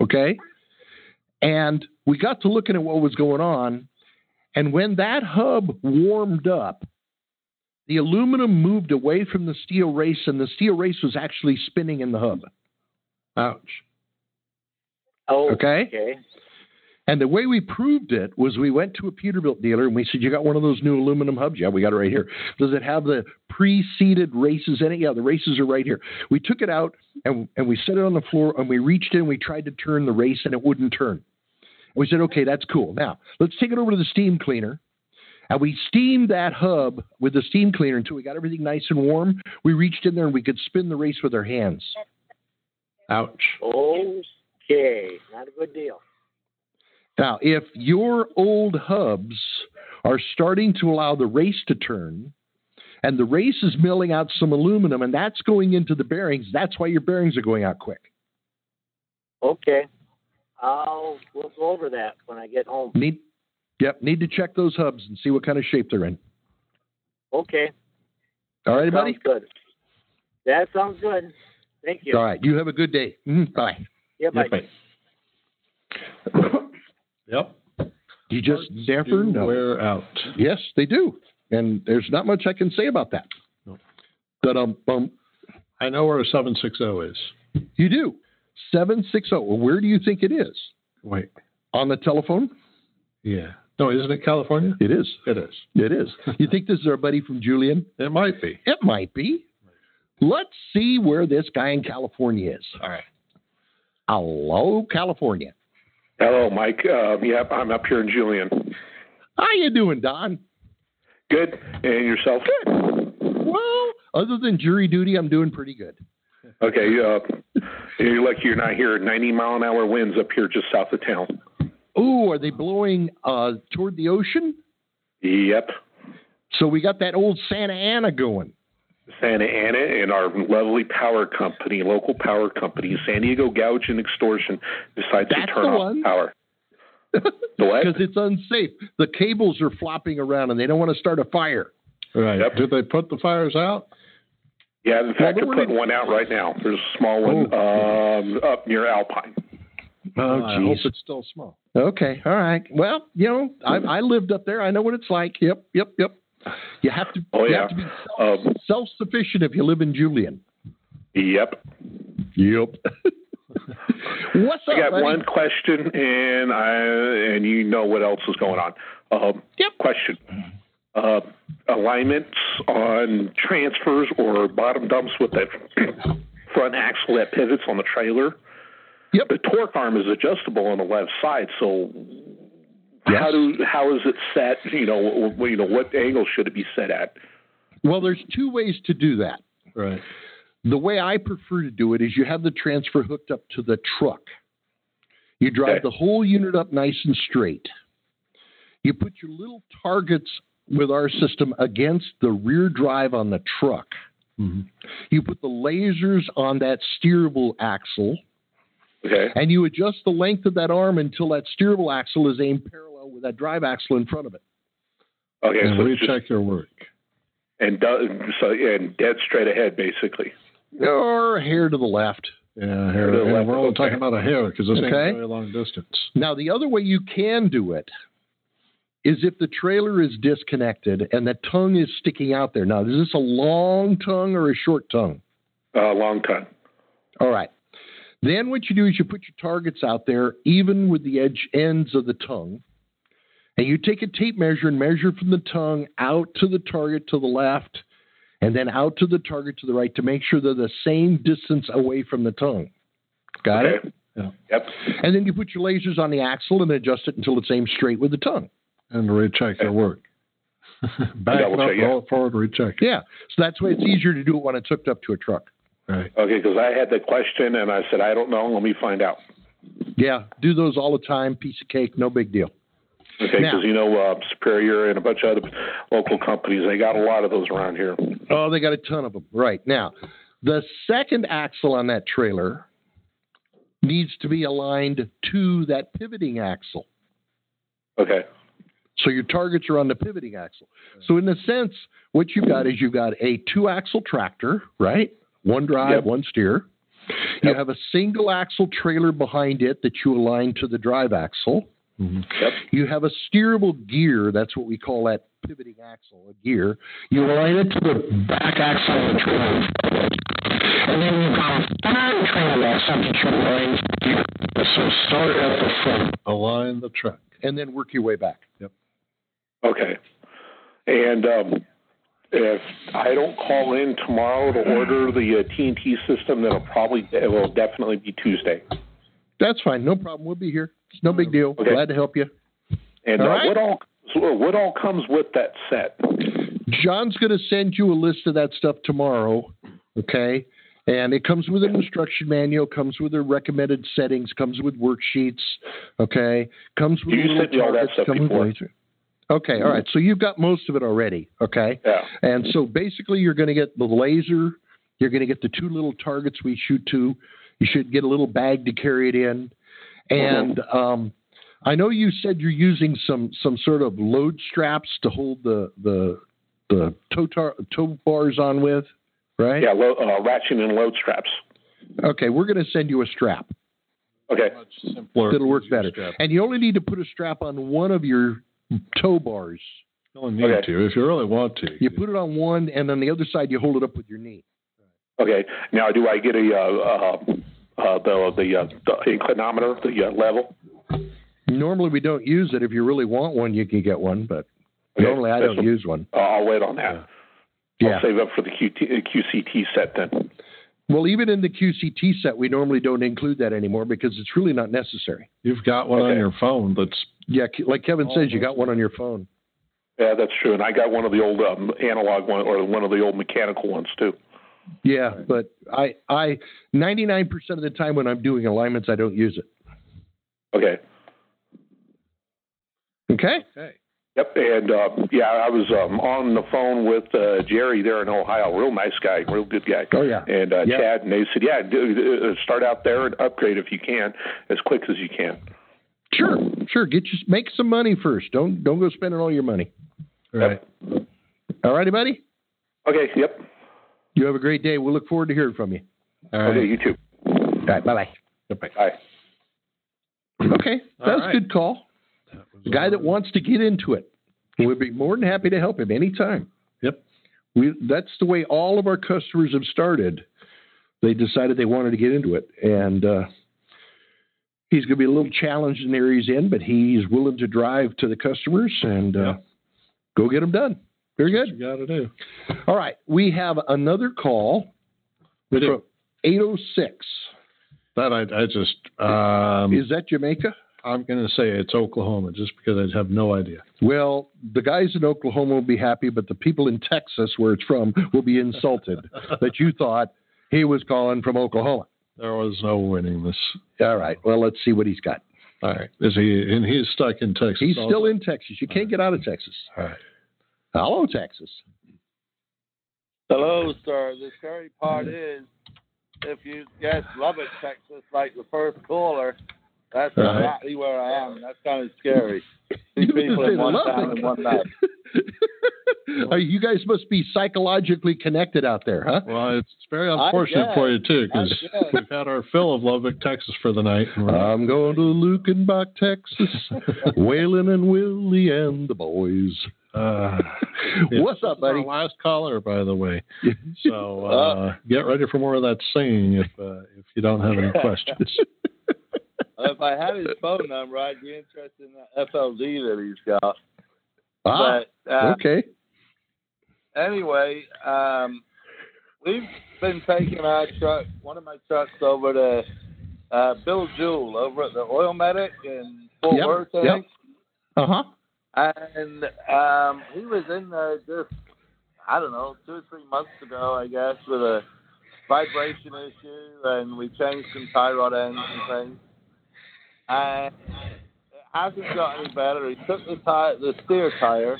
Speaker 2: Okay? And we got to looking at what was going on. And when that hub warmed up, the aluminum moved away from the steel race, and the steel race was actually spinning in the hub.
Speaker 3: ouch.
Speaker 6: oh,
Speaker 2: Okay?
Speaker 6: okay.
Speaker 2: And the way we proved it was we went to a Peterbilt dealer and we said, You got one of those new aluminum hubs? Yeah, we got it right here. Does it have the pre seated races in it? Yeah, the races are right here. We took it out and, and we set it on the floor and we reached in, we tried to turn the race and it wouldn't turn. And we said, Okay, that's cool. Now let's take it over to the steam cleaner. And we steamed that hub with the steam cleaner until we got everything nice and warm. We reached in there and we could spin the race with our hands.
Speaker 3: Ouch.
Speaker 6: Okay. Not a good deal.
Speaker 2: Now, if your old hubs are starting to allow the race to turn, and the race is milling out some aluminum, and that's going into the bearings, that's why your bearings are going out quick.
Speaker 6: Okay. I'll we'll go over that when I get home.
Speaker 2: Need, yep, need to check those hubs and see what kind of shape they're in.
Speaker 6: Okay.
Speaker 2: All right, buddy.
Speaker 6: Sounds good. That sounds good. Thank you.
Speaker 2: All right, you have a good day. Mhm, Bye.
Speaker 6: Yeah, bye.
Speaker 3: Yep.
Speaker 2: You just
Speaker 3: Parts
Speaker 2: never
Speaker 3: do
Speaker 2: know.
Speaker 3: Wear out.
Speaker 2: Yes, they do. And there's not much I can say about that.
Speaker 3: No.
Speaker 2: But um, um
Speaker 3: I know where a 760 is.
Speaker 2: you do. 760. oh. Well, where do you think it is?
Speaker 3: Wait.
Speaker 2: On the telephone?
Speaker 3: Yeah. No, isn't it California?
Speaker 2: It is.
Speaker 3: It is.
Speaker 2: It is. You think this is our buddy from Julian?
Speaker 3: It might be.
Speaker 2: It might be. Let's see where this guy in California is.
Speaker 3: All right.
Speaker 2: Hello, California.
Speaker 7: Hello, Mike. Uh, yep, I'm up here in Julian.
Speaker 2: How you doing, Don?
Speaker 7: Good. And yourself?
Speaker 2: Well, other than jury duty, I'm doing pretty good.
Speaker 7: Okay. Uh, you're lucky you're not here. 90 mile an hour winds up here just south of town.
Speaker 2: Oh, are they blowing uh, toward the ocean?
Speaker 7: Yep.
Speaker 2: So we got that old Santa Ana going.
Speaker 7: Santa Ana and our lovely power company, local power company, San Diego Gouge and Extortion, decides
Speaker 2: That's
Speaker 7: to turn
Speaker 2: the
Speaker 7: off
Speaker 2: one.
Speaker 7: power. The what?
Speaker 2: because it's unsafe. The cables are flopping around and they don't want to start a fire.
Speaker 3: Right.
Speaker 7: Yep.
Speaker 3: Did they put the fires out?
Speaker 7: Yeah, in fact,
Speaker 2: they're
Speaker 7: they're
Speaker 2: really-
Speaker 7: putting one out right now. There's a small one um, up near Alpine.
Speaker 3: Oh, I hope it's still small.
Speaker 2: Okay, all right. Well, you know, I, I lived up there. I know what it's like. Yep, yep, yep. You have to.
Speaker 7: Oh,
Speaker 2: you
Speaker 7: yeah.
Speaker 2: have to be
Speaker 7: Um,
Speaker 2: self sufficient if you live in Julian.
Speaker 7: yep.
Speaker 2: Yep. What's up?
Speaker 7: I got
Speaker 2: buddy?
Speaker 7: one question, and I and you know what else is going on. Um,
Speaker 2: Yep.
Speaker 7: Question: uh, alignments on transfers or bottom dumps with that front axle that pivots on the trailer.
Speaker 2: Yep.
Speaker 7: The torque arm is adjustable on the left side, so how
Speaker 2: Yes.
Speaker 7: do how is it set? You know, wh- wh- you know what angle should it be set at?
Speaker 2: Well, there's two ways to do that.
Speaker 3: Right.
Speaker 2: The way I prefer to do it is you have the transfer hooked up to the truck. You drive
Speaker 7: Okay.
Speaker 2: the whole unit up nice and straight. You put your little targets with our system against the rear drive on the truck.
Speaker 7: Mm-hmm.
Speaker 3: Mhm.
Speaker 2: You put the lasers on that steerable axle,
Speaker 7: Okay.
Speaker 2: and you adjust the length of that arm until that steerable axle is aimed parallel with that drive axle in front of it.
Speaker 7: Okay.
Speaker 3: And
Speaker 7: so it's just,
Speaker 3: recheck your work.
Speaker 7: and do- so and dead straight ahead, basically.
Speaker 2: Or a hair to the left.
Speaker 3: Yeah, Uh, hair.
Speaker 7: To the
Speaker 3: yeah,
Speaker 7: left,
Speaker 3: we're only
Speaker 7: okay.
Speaker 3: talking about a hair because this ain't
Speaker 2: Okay.
Speaker 3: a very long distance.
Speaker 2: Now, the other way you can do it is if the trailer is disconnected and the tongue is sticking out there. Now, is this a long tongue or a short tongue?
Speaker 7: Uh, long time.
Speaker 2: All right. Then what you do is you put your targets out there, even with the edge ends of the tongue, and you take a tape measure and measure from the tongue out to the target to the left, and then out to the target to the right to make sure they're the same distance away from the tongue. Got it?
Speaker 7: Okay.
Speaker 3: Yeah.
Speaker 7: Yep.
Speaker 2: And then you put your lasers on the axle and adjust it until it's aimed straight with the tongue.
Speaker 3: And recheck your work. Back
Speaker 7: Double
Speaker 3: it up,
Speaker 7: check, yeah.
Speaker 3: roll it forward, recheck. it.
Speaker 2: Yeah. So that's why it's easier to do it when it's hooked up to a truck.
Speaker 3: Right.
Speaker 7: Okay, because I had the question and I said, I don't know. Let me find out.
Speaker 2: Yeah. Do those all the time. Piece of cake. No big deal.
Speaker 7: Okay,
Speaker 2: Now-
Speaker 7: because you know uh, Superior and a bunch of other local companies, they got a lot of those around here.
Speaker 2: Oh, they got a ton of them. Right. Now, the second axle on that trailer needs to be aligned to that pivoting axle.
Speaker 7: Okay,
Speaker 2: So your targets are on the pivoting axle. So, in a sense, what you've got is you've got a two axle tractor, right? One drive,
Speaker 7: Yep.
Speaker 2: one steer. You
Speaker 7: Yep.
Speaker 2: have a single axle trailer behind it that you align to the drive axle.
Speaker 3: Mhm.
Speaker 7: Yep.
Speaker 2: You have a steerable gear. That's what we call that pivoting axle, a gear. You align it to the back axle of the trailer.
Speaker 8: And then you've got a third trail axle that you're going to do. So start at the front.
Speaker 3: Align the track.
Speaker 2: And then work your way back.
Speaker 7: okay. And um, if I don't call in tomorrow to order the uh, TNT system, that'll probably it will definitely be Tuesday.
Speaker 2: That's fine. No problem. We'll be here. It's no big deal.
Speaker 7: Okay.
Speaker 2: Glad to help you.
Speaker 7: And
Speaker 2: All
Speaker 7: uh,
Speaker 2: right.
Speaker 7: what all so what all comes with that set?
Speaker 2: John's going to send you a list of that stuff tomorrow, okay? And it comes with an instruction manual, comes with the recommended settings, comes with worksheets. Okay, comes with
Speaker 7: You
Speaker 2: little
Speaker 7: sent me all that
Speaker 2: targets,
Speaker 7: stuff
Speaker 2: comes with
Speaker 7: before.
Speaker 2: laser- Okay, all right. So you've got most of it already. Okay,
Speaker 7: Yeah.
Speaker 2: and so basically you're going to get the laser, you're going to get the two little targets we shoot to. You should get a little bag to carry it in, and
Speaker 7: Uh-huh.
Speaker 2: um, I know you said you're using some some sort of load straps to hold the the the tow, tar- tow bars on with, right?
Speaker 7: Yeah, lo- uh, ratchet and load straps.
Speaker 2: Okay, we're going to send you a strap.
Speaker 7: Okay.
Speaker 3: Much simpler.
Speaker 2: It'll work
Speaker 3: easier
Speaker 2: better.
Speaker 3: strap.
Speaker 2: And you only need to put a strap on one of your tow bars.
Speaker 3: You don't need
Speaker 7: Okay.
Speaker 3: to if you really want to.
Speaker 2: You put it on one, and on the other side, you hold it up with your knee.
Speaker 7: Okay. Now, do I get a uh, uh, uh, the the, uh, the inclinometer, the uh, level?
Speaker 2: Normally, we don't use it. If you really want one, you can get one, but
Speaker 7: Okay.
Speaker 2: normally I
Speaker 7: That's
Speaker 2: don't
Speaker 7: a-
Speaker 2: use one.
Speaker 7: Uh, I'll wait on that.
Speaker 2: Yeah.
Speaker 7: I'll save up for the uh, QT, QCT set then.
Speaker 2: Well, even in the QCT set, we normally don't include that anymore because it's really not necessary.
Speaker 3: You've got one on
Speaker 7: Okay.
Speaker 3: your phone that's
Speaker 2: Yeah, Ke- like Kevin says, you got one on your phone.
Speaker 7: Yeah, that's true. And I got one of the old um, analog one or one of the old mechanical ones too.
Speaker 2: Yeah, but I, I, 99% of the time when I'm doing alignments, I don't use it.
Speaker 7: Okay.
Speaker 2: Okay.
Speaker 7: Yep, and uh, yeah, I was um, on the phone with uh, Jerry there in Ohio. Real nice guy, real good guy.
Speaker 2: Oh, yeah.
Speaker 7: And uh,
Speaker 2: Yeah.
Speaker 7: Chad, and they said, yeah, do, uh, start out there and upgrade if you can, as quick as you can.
Speaker 2: Sure, sure. Get you make some money first. Don't don't go spending all your money.
Speaker 3: right.
Speaker 2: All righty, buddy.
Speaker 7: Okay, yep.
Speaker 2: You have a great day. We'll look forward to hearing from you.
Speaker 3: All right.
Speaker 7: Okay, you too.
Speaker 2: All right, bye bye.
Speaker 7: Bye.
Speaker 2: Okay, that
Speaker 3: All
Speaker 2: was
Speaker 3: right.
Speaker 2: a good call.
Speaker 3: That was
Speaker 2: The guy
Speaker 3: all.
Speaker 2: that wants to get into it, we'd be more than happy to help him anytime.
Speaker 3: Yep.
Speaker 2: We that's the way all of our customers have started. They decided they wanted to get into it, and uh, he's going to be a little challenged in the area he's in, but he's willing to drive to the customers and uh,
Speaker 3: Yep.
Speaker 2: go get them done. Very good.
Speaker 3: You got to do.
Speaker 2: All right, we have another call. oh
Speaker 3: We do.
Speaker 2: from 806.
Speaker 3: That I, I just um,
Speaker 2: Is that Jamaica?
Speaker 3: I'm going to say it's Oklahoma just because I have no idea.
Speaker 2: Well, the guys in Oklahoma will be happy, but the people in Texas, where it's from, will be insulted that you thought he was calling from Oklahoma.
Speaker 3: There was no winning this.
Speaker 2: All right, well, let's see what he's got.
Speaker 3: All right. Is he and he's stuck in Texas?
Speaker 2: He's
Speaker 3: also?
Speaker 2: still in Texas. You can't get out of Texas.
Speaker 3: All right.
Speaker 2: Hello, Texas.
Speaker 9: Hello, sir. The scary part is if you guess Lubbock, Texas, like the first caller, that's
Speaker 3: Right.
Speaker 9: exactly where I am. That's kind of scary. Two
Speaker 2: You
Speaker 9: people in
Speaker 2: said
Speaker 9: one
Speaker 2: Lubbock.
Speaker 9: town in one night.
Speaker 2: Uh, you guys must be psychologically connected out there, huh?
Speaker 3: Well, it's very
Speaker 9: I
Speaker 3: unfortunate for you too
Speaker 9: I
Speaker 3: because
Speaker 9: guess.
Speaker 3: we've had our fill of Lubbock, Texas for the night. and we're-
Speaker 2: I'm going to Lukenbach, Texas. Waylon and Willie and the boys.
Speaker 3: uh, yeah.
Speaker 2: What's up, buddy?
Speaker 3: Our last caller, by the way. So uh, get ready for more of that singing if uh, if you don't have any questions.
Speaker 9: If I had his phone number, I'd be interested in the FLD that he's got.
Speaker 2: Ah,
Speaker 9: but uh,
Speaker 2: okay.
Speaker 9: anyway, um, we've been taking our truck, one of my trucks, over to uh, Bill Jewell over at the Oil Medic in Fort
Speaker 2: Yep,
Speaker 9: Worth. I
Speaker 2: yep.
Speaker 9: think.
Speaker 2: Uh huh.
Speaker 9: And um, he was in there just, I don't know, two or three months ago, I guess, with a vibration issue, and we changed some tie rod ends and things. And it hasn't got any better. He took the tire, the steer tire,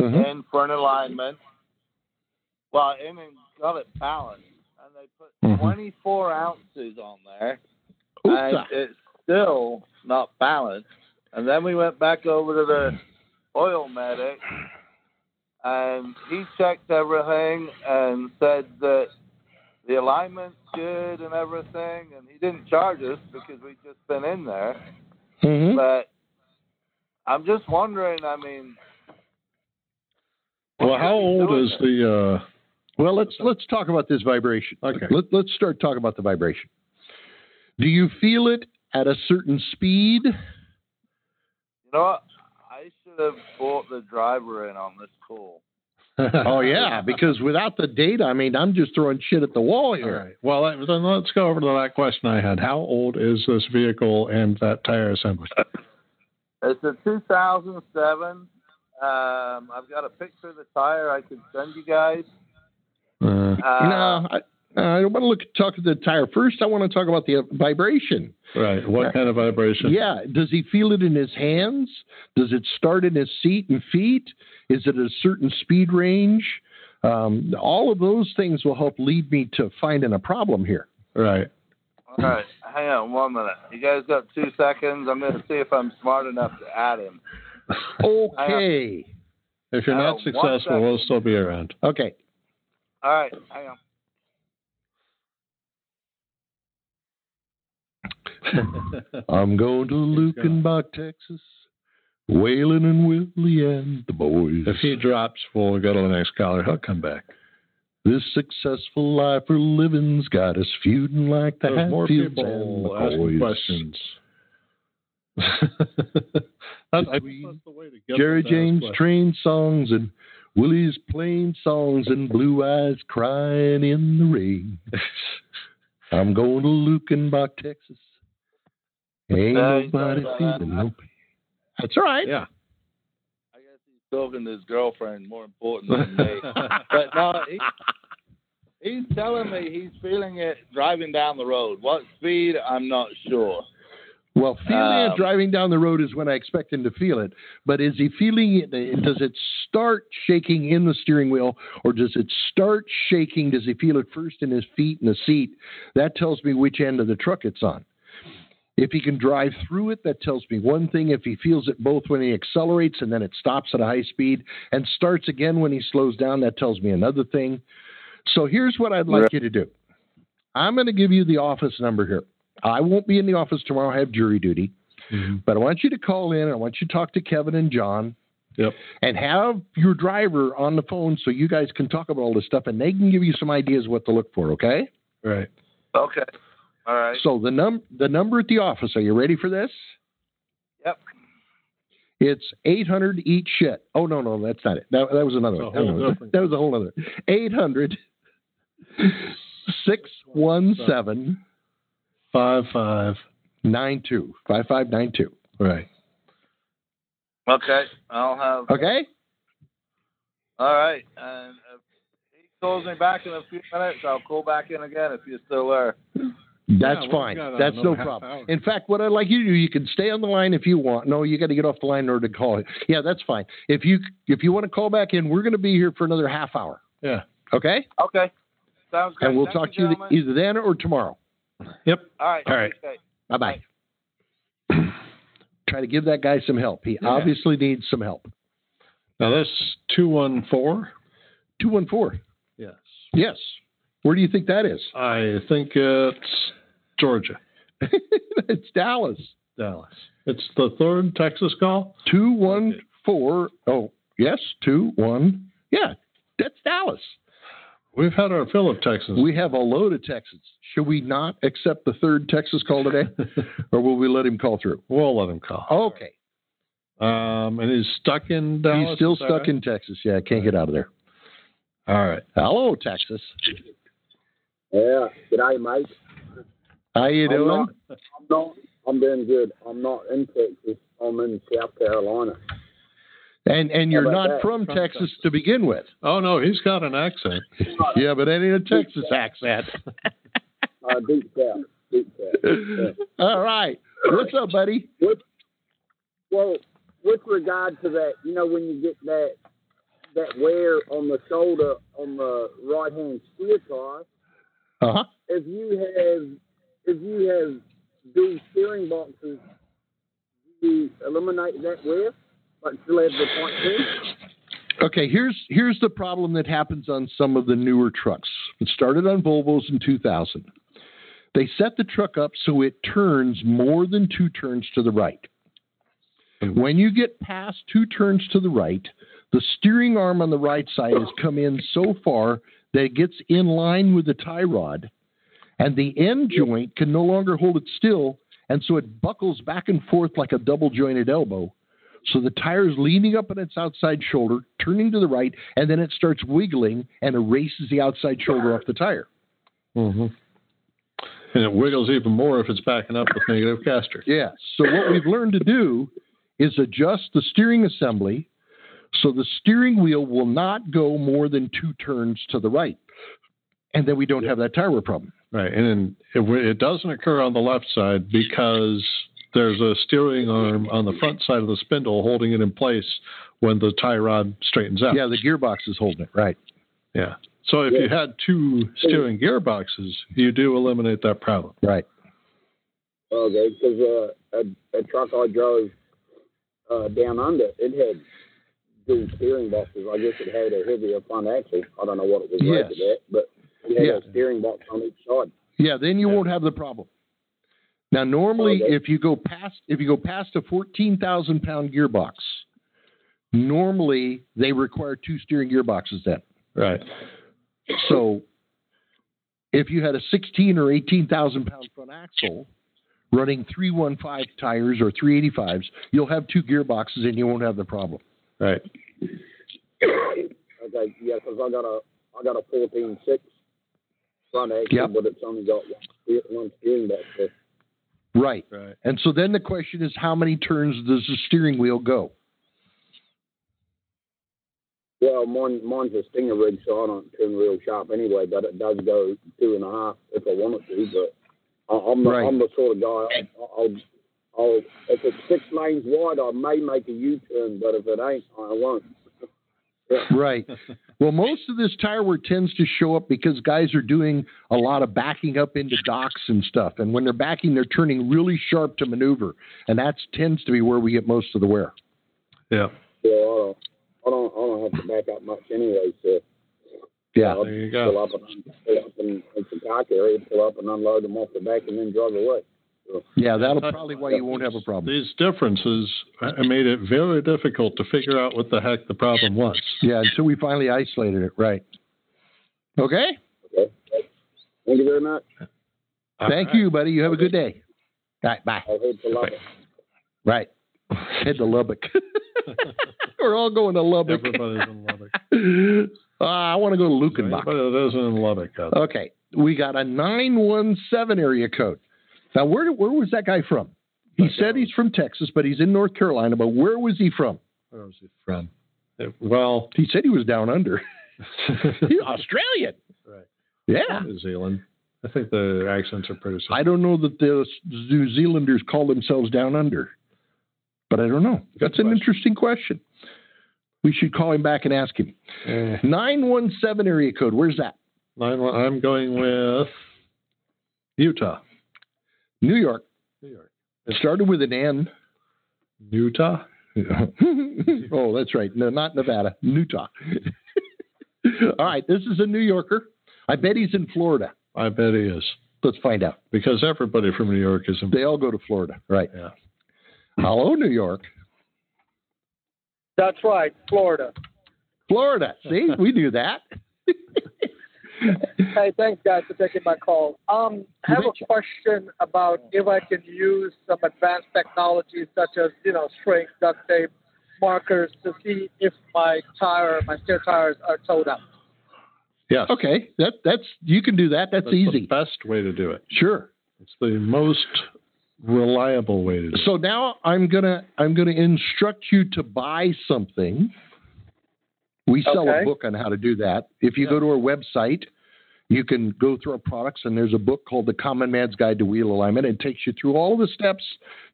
Speaker 4: Mm-hmm.
Speaker 3: Mm-hmm.
Speaker 2: Mhm.
Speaker 9: in for an alignment. Well, in and got it balanced, and they put
Speaker 3: Mhm.
Speaker 9: 24 ounces on there, and
Speaker 2: Oopsa.
Speaker 9: it's still not balanced. And then we went back over to the oil medic, and he checked everything and said that the alignment's good and everything, and he didn't charge us because we'd just been in there.
Speaker 2: Mhm.
Speaker 9: But I'm just wondering, I mean,
Speaker 3: well, how old is the?
Speaker 2: uh, Well, let's let's talk about this vibration.
Speaker 3: Okay.
Speaker 2: Let, let's start talking about the vibration. Do you feel it at a certain speed?
Speaker 9: You know what? I should have brought the driver in on this call.
Speaker 3: Uh,
Speaker 2: Oh yeah, because without the data, I mean, I'm just throwing shit at the wall
Speaker 3: All
Speaker 2: here.
Speaker 3: right. Well, that- then let's go over to that question I had. How old is this vehicle and that tire assembly?
Speaker 9: It's a 2007. Um, I've got a picture of the tire I can send you guys.
Speaker 3: Uh,
Speaker 9: Uh,
Speaker 2: no, I, Uh, I don't want to look talk at the tire first. I want to talk about the uh, vibration.
Speaker 3: Right. What kind of vibration?
Speaker 2: Yeah. Does he feel it in his hands? Does it start in his seat and feet? Is it a certain speed range? Um, all of those things will help lead me to finding a problem here.
Speaker 3: Right.
Speaker 9: All right, hang on one minute. You guys got two seconds. I'm going to see if I'm smart enough to add him.
Speaker 2: Okay.
Speaker 3: If you're
Speaker 9: Uh,
Speaker 3: not
Speaker 9: one
Speaker 3: successful,
Speaker 9: second.
Speaker 3: we'll still be around.
Speaker 2: Okay.
Speaker 9: All right, hang on.
Speaker 2: I'm going to Lukenbach, Texas. Waylon and Willie and the boys.
Speaker 3: If he drops, we'll go to the next caller. He'll come back.
Speaker 2: This successful life we're living's got us feuding like the
Speaker 3: There's more
Speaker 2: Hatfields and
Speaker 3: people asking
Speaker 2: McCoys.
Speaker 3: questions. that's, I guess that's the way to get
Speaker 2: Jerry
Speaker 3: them to ask
Speaker 2: James
Speaker 3: questions.
Speaker 2: train songs and Willie's plain songs and blue eyes crying in the rain. I'm going to Lukenbach, Texas. Ain't
Speaker 9: Uh,
Speaker 2: nobody
Speaker 9: he's talking about
Speaker 2: feeling
Speaker 9: that.
Speaker 2: no pain. That's all right.
Speaker 3: Yeah.
Speaker 9: I guess he's talking to his girlfriend, more important than me. but no, he, he's telling me he's feeling it driving down the road. What speed? I'm not sure.
Speaker 2: Well, feeling
Speaker 9: Um,
Speaker 2: it driving down the road is when I expect him to feel it. But is he feeling it? Does it start shaking in the steering wheel, or does it start shaking? Does he feel it first in his feet and the seat? That tells me which end of the truck it's on. If he can drive through it, that tells me one thing. If he feels it both when he accelerates and then it stops at a high speed and starts again when he slows down, that tells me another thing. So here's what I'd like you to do I'm going to give you the office number here. I won't be in the office tomorrow. I have jury duty.
Speaker 3: Mm-hmm.
Speaker 2: But I want you to call in and I want you to talk to Kevin and John.
Speaker 3: Yep.
Speaker 2: And have your driver on the phone so you guys can talk about all this stuff and they can give you some ideas what to look for, okay?
Speaker 3: Right.
Speaker 9: Okay. All right.
Speaker 2: So the num the number at the office, are you ready for this?
Speaker 9: Yep.
Speaker 2: It's 800 eat shit. Oh, no, no, that's not it. That, that was another
Speaker 3: That's
Speaker 2: one.
Speaker 3: a whole
Speaker 2: That was-
Speaker 3: different-
Speaker 2: That was a whole other. 800 617
Speaker 3: Five five.
Speaker 2: 92 5592.
Speaker 3: Right.
Speaker 9: Okay. I'll have.
Speaker 2: Okay?
Speaker 9: All right. And if he calls me back in a few minutes, I'll call back in again if you're still there.
Speaker 2: That's
Speaker 3: we've
Speaker 2: fine.
Speaker 3: got
Speaker 2: That's no
Speaker 3: another half
Speaker 2: problem.
Speaker 3: hour.
Speaker 2: In fact, what I'd like you to do, you can stay on the line if you want. No, you got to get off the line in order to call it. Yeah, that's fine. If you if you want to call back in, we're going to be here for another half hour.
Speaker 3: Yeah.
Speaker 2: Okay,
Speaker 9: Okay. Sounds good.
Speaker 2: and we'll
Speaker 9: Thank
Speaker 2: talk to you
Speaker 9: gentlemen.
Speaker 2: either then or tomorrow.
Speaker 3: Yep.
Speaker 9: All right.
Speaker 3: All right.
Speaker 9: Okay.
Speaker 2: Bye bye. Try to give that guy some help. He
Speaker 3: Yeah.
Speaker 2: obviously needs some help.
Speaker 3: Now that's two one four.
Speaker 2: Two one four.
Speaker 3: Yes.
Speaker 2: Yes. Where do you think that is?
Speaker 3: I think it's Georgia,
Speaker 2: it's Dallas.
Speaker 3: Dallas. It's the third Texas call.
Speaker 2: Two one four. Oh yes, two one. Yeah, that's Dallas.
Speaker 3: We've had our fill of Texas.
Speaker 2: We have a load of Texans. Should we not accept the third Texas call today, or will we let him call through?
Speaker 3: we'll let him call.
Speaker 2: Okay.
Speaker 3: Um, and he's stuck in Dallas.
Speaker 2: He's still
Speaker 3: is that
Speaker 2: stuck
Speaker 3: right?
Speaker 2: in Texas. Yeah, can't get out of there.
Speaker 3: All right.
Speaker 2: Hello, Texas.
Speaker 10: Yeah, g'day, mate.
Speaker 2: How you
Speaker 10: I'm
Speaker 2: doing?
Speaker 10: not, I'm not. I'm doing good. I'm not in Texas. I'm in South Carolina.
Speaker 2: and and you're
Speaker 10: How about
Speaker 2: not
Speaker 10: that?
Speaker 2: from, Texas, to begin with.
Speaker 3: Oh no, he's got an accent.
Speaker 2: Yeah, but that ain't a Texas accent.
Speaker 10: Uh, deep south. Deep south.
Speaker 2: All right. What's up, buddy?
Speaker 10: Well, with regard to that, you know, when you get that that wear on the shoulder on the right hand steer tire,
Speaker 2: Uh huh.
Speaker 10: if you have if you have dual steering boxes, you eliminate that wear, but still have the point there.
Speaker 2: Okay, here's here's the problem that happens on some of the newer trucks. It started on Volvos in 2000. They set the truck up so it turns more than two turns to the right. When you get past two turns to the right, the steering arm on the right side has come in so far that it gets in line with the tie rod, and the end joint can no longer hold it still, and so it buckles back and forth like a double jointed elbow. So the tire is leaning up on its outside shoulder, turning to the right, and then it starts wiggling and erases the outside shoulder off the tire.
Speaker 3: Mm-hmm. And it wiggles even more if it's backing up with negative caster.
Speaker 2: Yeah. So what we've learned to do is adjust the steering assembly so the steering wheel will not go more than two turns to the right. and then we don't have that tire wear problem.
Speaker 3: Right, and then it, it doesn't occur on the left side because there's a steering arm on the front side of the spindle holding it in place when the tie rod straightens out.
Speaker 2: Yeah, the gearbox is holding it right.
Speaker 3: Yeah. So if you had two steering gearboxes, you do eliminate that problem.
Speaker 2: Right.
Speaker 10: Okay, because uh, a, a truck I drove uh, down under, it had dual steering boxes. I guess it had a heavier front axle. I don't know what it was
Speaker 2: Yes.
Speaker 10: rated at, but it had
Speaker 2: Yeah.
Speaker 10: a steering box on each side.
Speaker 2: Yeah, then you won't have the problem. Now, normally,
Speaker 10: Okay.
Speaker 2: if you go past if you go past a fourteen thousand pound gearbox, normally they require two steering gearboxes. Then,
Speaker 3: Right.
Speaker 2: so if you had a sixteen or eighteen thousand pound front axle running three one five tires or three eighty fives, you'll have two gearboxes and you won't have the problem.
Speaker 3: Right.
Speaker 10: Okay, yeah, because I got a I got a fourteen six front axle,
Speaker 2: Yep.
Speaker 10: but it's only got one, steer- one steering box. So
Speaker 2: Right.
Speaker 3: Right.
Speaker 2: And so then the question is, how many turns does the steering wheel go?
Speaker 10: Well, mine, mine's a stinger rig, so I don't turn real sharp anyway. But it does go two and a half if I want it to. But I, I'm the,
Speaker 2: Right.
Speaker 10: I'm the sort of guy. I- I'll, I'll if it's six lanes wide, I may make a U-turn, but if it ain't, I won't.
Speaker 2: Right. Well, most of this tire wear tends to show up because guys are doing a lot of backing up into docks and stuff. And when they're backing, they're turning really sharp to maneuver. And that tends to be where we get most of the wear.
Speaker 3: Yeah.
Speaker 10: Yeah, I don't. I don't. I don't have to back up much anyway. So
Speaker 2: Yeah.
Speaker 10: I'll
Speaker 3: There you
Speaker 10: pull
Speaker 3: go.
Speaker 10: up and pull up and it's a car carrier. Pull up and unload them off the back and then drive away.
Speaker 2: Yeah, that'll probably why you won't have a problem.
Speaker 3: These differences uh, made it very difficult to figure out what the heck the problem was.
Speaker 2: Yeah, until we finally isolated it. Right. Okay.
Speaker 10: Okay. Thank you very much.
Speaker 2: Thank you, buddy. You have a good day. All right. Bye.
Speaker 10: I'll head to Lubbock.
Speaker 2: Right. Head to Lubbock. We're all going to Lubbock.
Speaker 3: Everybody's in Lubbock.
Speaker 2: Uh, I want to go to Lukenbach.
Speaker 3: Anybody that isn't in Lubbock, out there.
Speaker 2: Okay, we got a nine one seven area code. Now, where where was that guy from? He
Speaker 3: North
Speaker 2: said he's from Texas, but he's in North Carolina. But where was he from?
Speaker 3: where was he from? It- well,
Speaker 2: He said he was down under. he's Australian.
Speaker 3: Right.
Speaker 2: Yeah.
Speaker 3: New Zealand. I think the accents are pretty similar.
Speaker 2: I don't know that the New Zealanders call themselves down under, but I don't know. That's an
Speaker 3: question.
Speaker 2: interesting question. We should call him back and ask him.
Speaker 3: Eh,
Speaker 2: Nine one seven area code. Where's that?
Speaker 3: nine one- I'm going with Utah.
Speaker 2: New York.
Speaker 3: New York.
Speaker 2: It started with an N.
Speaker 3: Utah?
Speaker 2: oh, that's right. No, not Nevada, Utah. All right, this is a New Yorker. I bet he's in Florida.
Speaker 3: I bet he is.
Speaker 2: Let's find out.
Speaker 3: Because everybody from New York is in
Speaker 2: They all go to Florida, right?
Speaker 3: Yeah.
Speaker 2: Hello, New York,
Speaker 4: That's right, Florida.
Speaker 2: Florida. See, we do that.
Speaker 4: Hey, thanks guys for taking my call. Um, I have
Speaker 2: betcha.
Speaker 4: a question about if I can use some advanced technologies such as you know string, duct tape, markers to see if my tire, my steer tires are towed up.
Speaker 3: Yes.
Speaker 2: okay, that that's you can do that. That's,
Speaker 3: That's the
Speaker 2: easy.
Speaker 3: best way to do it.
Speaker 2: Sure.
Speaker 3: It's the most reliable way to do it.
Speaker 2: So now I'm gonna I'm gonna instruct you to buy something. We sell
Speaker 4: Okay.
Speaker 2: a book on how to do that. If you go to our website, you can go through our products, and there's a book called The Common Man's Guide to Wheel Alignment. It takes you through all the steps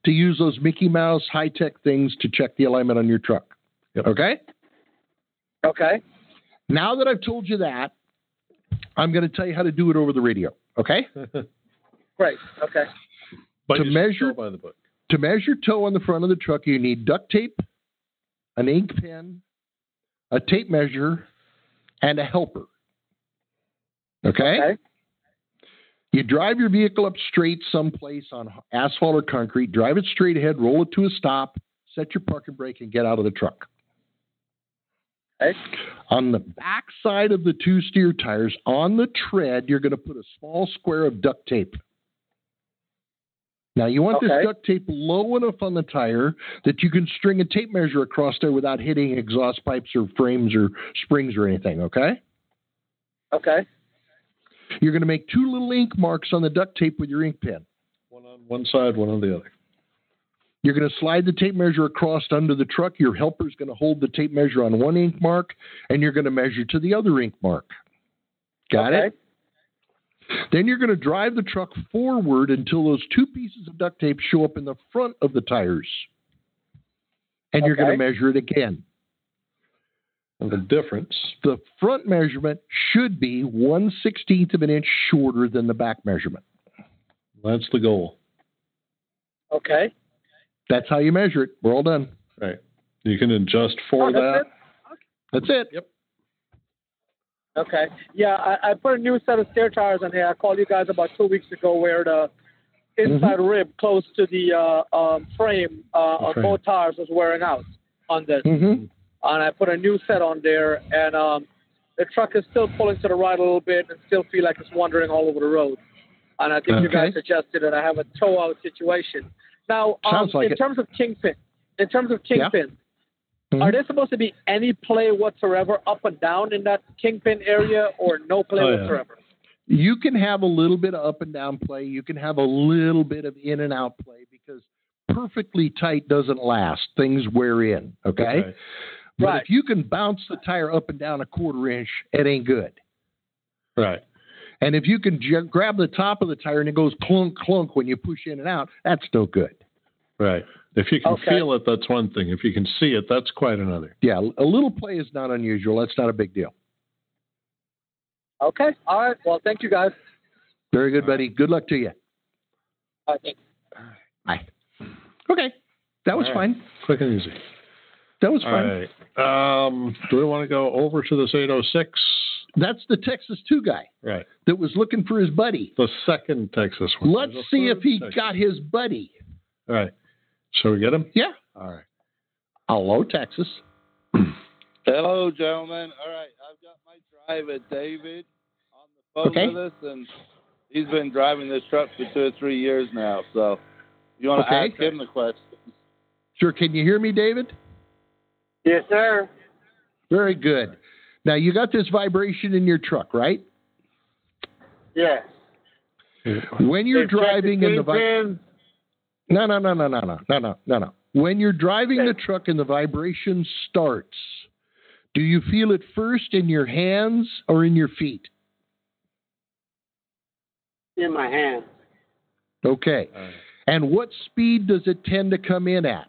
Speaker 2: to use those Mickey Mouse high tech things to check the alignment on your truck.
Speaker 3: Yep.
Speaker 2: Okay.
Speaker 4: Okay.
Speaker 2: Now that I've told you that, I'm going to tell you how to do it over the radio. Okay.
Speaker 4: Great. Okay.
Speaker 3: But
Speaker 2: to
Speaker 3: you should
Speaker 2: measure-
Speaker 3: go by the book.
Speaker 2: To measure toe on the front of the truck, you need duct tape, an ink pen, a tape measure, and a helper. Okay?
Speaker 4: Okay.
Speaker 2: You drive your vehicle up straight someplace on asphalt or concrete, drive it straight ahead, roll it to a stop, set your parking brake, and get out of the truck.
Speaker 4: Okay.
Speaker 2: On the back side of the two steer tires, on the tread, you're going to put a small square of duct tape. Now, you want this
Speaker 4: Okay.
Speaker 2: duct tape low enough on the tire that you can string a tape measure across there without hitting exhaust pipes or frames or springs or anything, okay?
Speaker 4: Okay.
Speaker 2: You're going to make two little ink marks on the duct tape with your ink pen.
Speaker 3: One on one side, one on the other.
Speaker 2: You're going to slide the tape measure across under the truck. Your helper's going to hold the tape measure on one ink mark, and you're going to measure to the other ink mark. Got
Speaker 4: okay.
Speaker 2: it? Then you're going to drive the truck forward until those two pieces of duct tape show up in the front of the tires. And you're going
Speaker 4: Okay.
Speaker 2: to measure it again.
Speaker 3: And the difference.
Speaker 2: The front measurement should be 1 16th of an inch shorter than the back measurement.
Speaker 3: That's the goal.
Speaker 4: Okay.
Speaker 2: That's how you measure it. We're all done.
Speaker 3: You can adjust for
Speaker 4: Oh,
Speaker 3: that.
Speaker 4: that's
Speaker 2: That's it.
Speaker 4: Okay. Yeah, I, I put a new set of stair tires on here. I called you guys about two weeks ago where the
Speaker 2: Mm-hmm.
Speaker 4: inside rib close to the uh, um, frame uh, on
Speaker 3: frame.
Speaker 4: both tires was wearing out on this.
Speaker 2: Mm-hmm.
Speaker 4: And I put a new set on there, and um, the truck is still pulling to the right a little bit and still feel like it's wandering all over the road. And I think you guys
Speaker 2: Okay.
Speaker 4: suggested that I have a tow out situation. Now, um,
Speaker 2: Sounds like
Speaker 4: in
Speaker 2: it.
Speaker 4: terms of kingpin, in terms of
Speaker 2: Yeah.
Speaker 4: kingpin,
Speaker 2: Mhm.
Speaker 4: are there supposed to be any play whatsoever up and down in that kingpin area, or no play
Speaker 3: Oh, yeah.
Speaker 4: whatsoever?
Speaker 2: you can have a little bit of up and down play. You can have a little bit of in and out play because perfectly tight doesn't last. Things wear in. Okay.
Speaker 3: Okay.
Speaker 2: But
Speaker 4: Right.
Speaker 2: if you can bounce the tire up and down a quarter inch, it ain't good.
Speaker 3: Right.
Speaker 2: And if you can j- grab the top of the tire and it goes clunk, clunk when you push in and out, that's no good.
Speaker 3: Right. If you can
Speaker 4: Okay.
Speaker 3: feel it, that's one thing. If you can see it, that's quite another.
Speaker 2: Yeah. A little play is not unusual. That's not a big deal.
Speaker 4: Okay. All right. Well, thank you guys.
Speaker 2: Very good, buddy. Good luck to you.
Speaker 4: All right, Uh, thank
Speaker 2: Bye. Okay. That was
Speaker 3: All right.
Speaker 2: fine.
Speaker 3: Quick and easy.
Speaker 2: That was
Speaker 3: All
Speaker 2: fine.
Speaker 3: right. Um, do we want to go over to this 806?
Speaker 2: That's the Texas 2 guy
Speaker 3: Right.
Speaker 2: that was looking for his buddy.
Speaker 3: The second Texas one.
Speaker 2: Let's
Speaker 3: There's a
Speaker 2: see if
Speaker 3: third
Speaker 2: he
Speaker 3: Texas.
Speaker 2: got his buddy.
Speaker 3: All right. Shall we get him?
Speaker 2: Yeah.
Speaker 3: All right.
Speaker 2: Hello, Texas.
Speaker 9: Hello, gentlemen. All right, I've got my driver, David, on the phone
Speaker 2: Okay.
Speaker 9: with us, and he's been driving this truck for two or three years now. So, you want to
Speaker 2: Okay.
Speaker 9: ask him the question?
Speaker 2: Sure. Can you hear me, David?
Speaker 6: Yes, sir.
Speaker 2: Very good. Now, you got this vibration in your truck, right?
Speaker 6: Yes.
Speaker 2: When you're
Speaker 6: They've checked
Speaker 2: driving
Speaker 6: the
Speaker 2: in the vi-
Speaker 6: kingpin.
Speaker 2: No, no, no, no, no, no, no, no, no, no. When you're driving the truck and the vibration starts, do you feel it first in your hands or in your feet?
Speaker 6: in my hand.
Speaker 2: Okay. And what speed does it tend to come in at?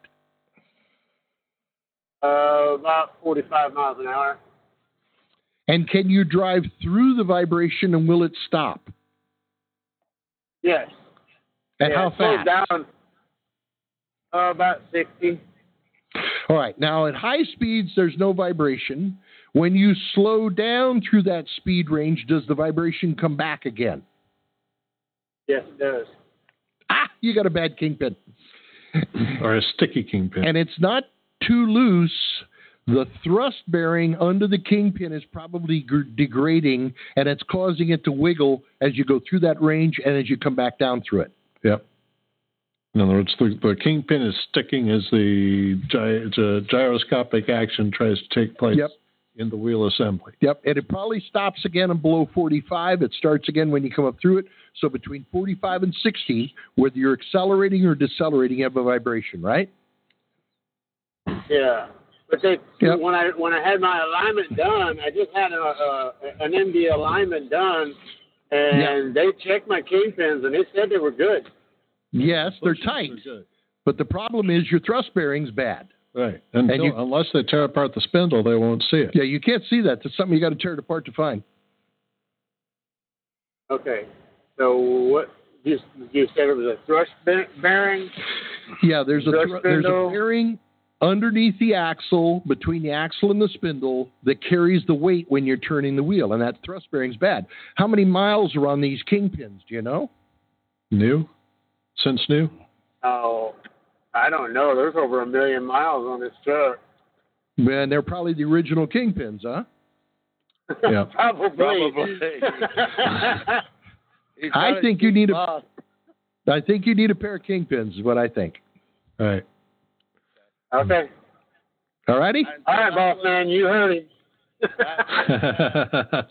Speaker 6: Uh, about 45 miles an hour.
Speaker 2: And can you drive through the vibration and will it stop?
Speaker 6: Yes.
Speaker 2: And
Speaker 6: yeah,
Speaker 2: how
Speaker 6: it
Speaker 2: fast?
Speaker 6: slowed down. Uh, about 60.
Speaker 2: All right. Now, at high speeds, there's no vibration. When you slow down through that speed range, does the vibration come back again?
Speaker 6: Yes, it does.
Speaker 2: Ah, you got a bad kingpin.
Speaker 3: Or a sticky kingpin.
Speaker 2: And it's not too loose. The thrust bearing under the kingpin is probably gr- degrading, and it's causing it to wiggle as you go through that range and as you come back down through it.
Speaker 3: Yep. In other words, the, the kingpin is sticking as the, gy- the gyroscopic action tries to take place
Speaker 2: Yep.
Speaker 3: in the wheel assembly.
Speaker 2: Yep, and it probably stops again and below 45. It starts again when you come up through it. So between 45 and 60, whether you're accelerating or decelerating, you have a vibration, right?
Speaker 6: Yeah. But they,
Speaker 2: Yep.
Speaker 6: when I when I had my alignment done, I just had a, a an MD alignment done, and they checked my kingpins and they said they were good.
Speaker 2: Yes, they're
Speaker 3: Pushes are
Speaker 2: tight,
Speaker 3: good.
Speaker 2: but the problem is your thrust bearing's bad.
Speaker 3: Right. And
Speaker 2: And you-
Speaker 3: unless they tear apart the spindle, they won't see it.
Speaker 2: Yeah, you can't see that. That's something you got to tear it apart to find.
Speaker 6: Okay. So what? You you said it was a thrust ba- bearing.
Speaker 2: Yeah, there's a
Speaker 6: Thrust
Speaker 2: thr- there's a
Speaker 6: spindle.
Speaker 2: bearing underneath the axle between the axle and the spindle that carries the weight when you're turning the wheel, and that thrust bearing's bad. How many miles are on these kingpins? Do you know?
Speaker 3: New? Since new?
Speaker 6: Oh, I don't know. There's over a million miles on this truck.
Speaker 2: Man, they're probably the original kingpins, huh?
Speaker 3: Yeah.
Speaker 6: Probably.
Speaker 9: Probably. He's
Speaker 2: I
Speaker 9: got it
Speaker 2: think you need a-
Speaker 9: lost.
Speaker 2: I think you need a pair of kingpins, is what I think.
Speaker 3: Right.
Speaker 6: okay.
Speaker 2: All righty?
Speaker 9: And
Speaker 6: All right,
Speaker 9: that
Speaker 6: boss
Speaker 9: was-
Speaker 6: man. You heard him.
Speaker 9: that was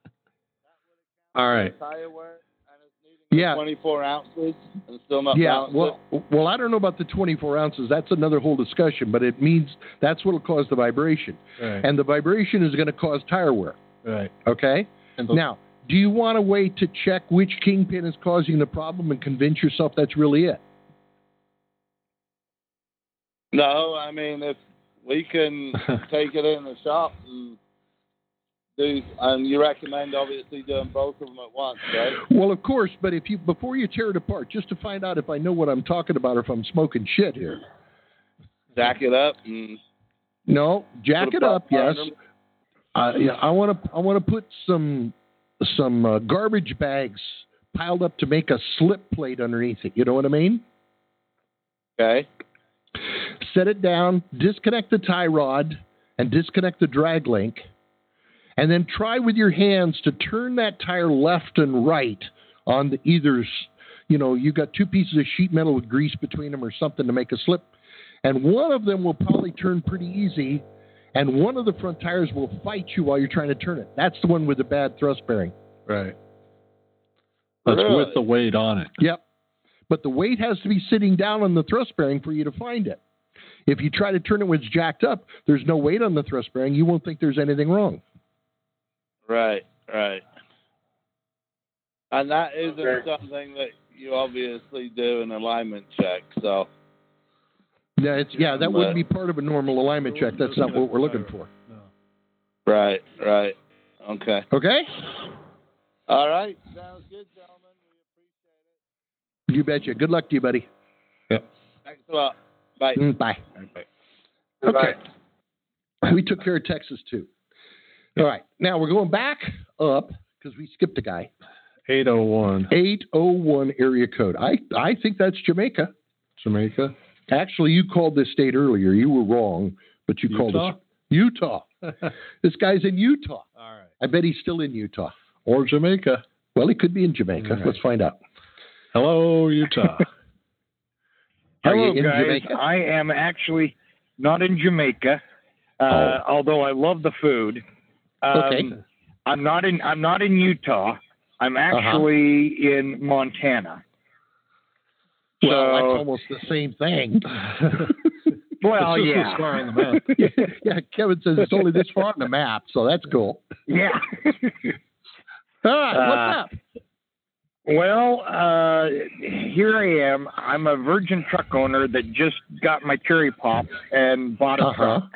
Speaker 3: All right.
Speaker 9: tire wear, and it's needing
Speaker 2: Yeah.
Speaker 9: 24 ounces and still not
Speaker 2: Yeah,
Speaker 9: balanced.
Speaker 2: well, well, I don't know about the 24 ounces. That's another whole discussion, but it means that's what will cause the vibration.
Speaker 3: Right.
Speaker 2: And the vibration is going to cause tire wear,
Speaker 3: right.
Speaker 2: okay?
Speaker 3: And the,
Speaker 2: Now, Do you want a way to check which kingpin is causing the problem and convince yourself that's really it?
Speaker 9: No, I mean if we can take it in the shop and do, and you recommend obviously doing both of them at once, right?
Speaker 2: Well, of course, but if you before you tear it apart, just to find out if I know what I'm talking about or if I'm smoking shit here.
Speaker 9: Jack it up and
Speaker 2: No, jack
Speaker 9: Put a
Speaker 2: it up.
Speaker 9: buck
Speaker 2: Yes,
Speaker 9: on them.
Speaker 2: uh, yeah, I want to. I want to put some some uh, garbage bags piled up to make a slip plate underneath it. You know what I mean?
Speaker 9: okay.
Speaker 2: Set it down, disconnect the tie rod, and disconnect the drag link, and then try with your hands to turn that tire left and right on the either. s- You know, you got two pieces of sheet metal with grease between them or something to make a slip, and one of them will probably turn pretty easy. And one of the front tires will fight you while you're trying to turn it. That's the one with the bad thrust bearing.
Speaker 3: Right. That's
Speaker 9: Really?
Speaker 3: with the weight on it.
Speaker 2: Yep. But the weight has to be sitting down on the thrust bearing for you to find it. If you try to turn it when it's jacked up, there's no weight on the thrust bearing. You won't think there's anything wrong.
Speaker 9: Right, right. And that isn't
Speaker 4: Okay.
Speaker 9: something that you obviously do an alignment check, so
Speaker 2: Yeah, it's, yeah that wouldn't
Speaker 9: Right.
Speaker 2: be part of a normal alignment check. That's not what we're looking for.
Speaker 9: Right, right. Okay.
Speaker 2: Okay?
Speaker 9: All right. Sounds good, gentlemen.
Speaker 2: You betcha. Good luck to you, buddy.
Speaker 9: Thanks a lot. Bye.
Speaker 2: Mm, Bye. Okay. We took care of Texas, too. All right. Now we're going back up because we skipped a guy.
Speaker 3: 801
Speaker 2: 801 area code. I, I think that's Jamaica.
Speaker 3: Jamaica.
Speaker 2: Actually, you called this state earlier. You were wrong, but you called
Speaker 3: Utah?
Speaker 2: this Utah. this guy's in Utah.
Speaker 3: All right.
Speaker 2: I bet he's still in Utah.
Speaker 3: Or Jamaica.
Speaker 2: Well, he could be in Jamaica.
Speaker 3: All right.
Speaker 2: Let's find out.
Speaker 3: Hello, Utah.
Speaker 2: Are
Speaker 5: Hello,
Speaker 2: you in
Speaker 5: guys.
Speaker 2: Jamaica?
Speaker 5: I am actually not in Jamaica, uh,
Speaker 2: Oh.
Speaker 5: although I love the food. Um,
Speaker 2: Okay.
Speaker 5: I'm not in. I'm not in Utah. I'm
Speaker 2: Uh-huh.
Speaker 5: actually in Montana.
Speaker 2: well,
Speaker 5: so-
Speaker 2: that's almost the same thing.
Speaker 5: Well,
Speaker 3: It's just
Speaker 5: yeah,
Speaker 3: a star on the map.
Speaker 2: yeah, Kevin says it's only this far on the map, so that's cool.
Speaker 5: yeah.
Speaker 2: All right, what's up?
Speaker 5: Uh, well, uh, here I am. I'm a virgin truck owner that just got my cherry pop and bought a
Speaker 2: Uh-huh.
Speaker 5: truck,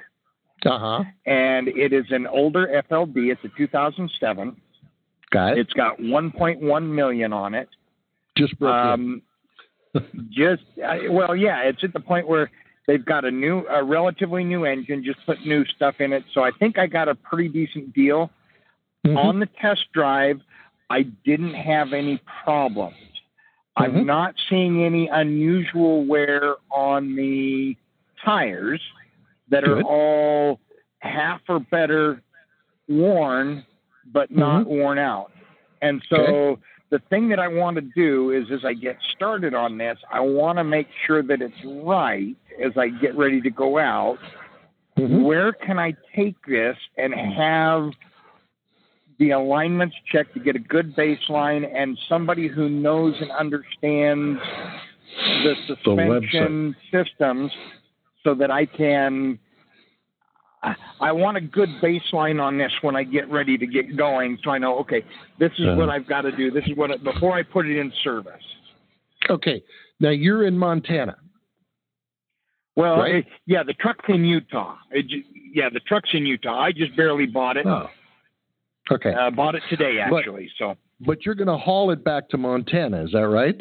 Speaker 2: Uh huh.
Speaker 5: and it is an older FLB. It's a 2007.
Speaker 2: Guys,
Speaker 5: It's got 1.1 million on it.
Speaker 2: just broke in.
Speaker 5: Um, just I, well, yeah, it's at the point where they've got a new, a relatively new engine, just put new stuff in it. So I think I got a pretty decent deal
Speaker 4: Mm-hmm.
Speaker 2: Mhm.
Speaker 5: on the test drive. I didn't have any problems.
Speaker 2: Mhm.
Speaker 5: I'm not seeing any unusual wear on the tires that are
Speaker 2: Good.
Speaker 5: all half or better worn, but not worn out. And so
Speaker 2: Okay.
Speaker 5: the thing that I want to do is, as I get started on this, I want to make sure that it's right as I get ready to go out.
Speaker 2: Mhm.
Speaker 5: Where can I take this and have the alignments checked to get a good baseline and somebody who knows and understands the
Speaker 3: website.
Speaker 5: suspension systems so that I can. I- I want a good baseline on this when I get ready to get going, so I know okay, this is
Speaker 3: Yeah.
Speaker 5: what I've got to do. This is what I, before I put it in service.
Speaker 2: okay, now you're in Montana.
Speaker 5: Well,
Speaker 2: Right.
Speaker 5: it- yeah, the truck's in Utah. It, ju- yeah, the truck's in Utah. I just barely bought it.
Speaker 3: Oh,
Speaker 2: Okay,
Speaker 5: Uh, bought it today
Speaker 2: But-
Speaker 5: actually. so
Speaker 2: but you're going to haul it back to Montana, is that right?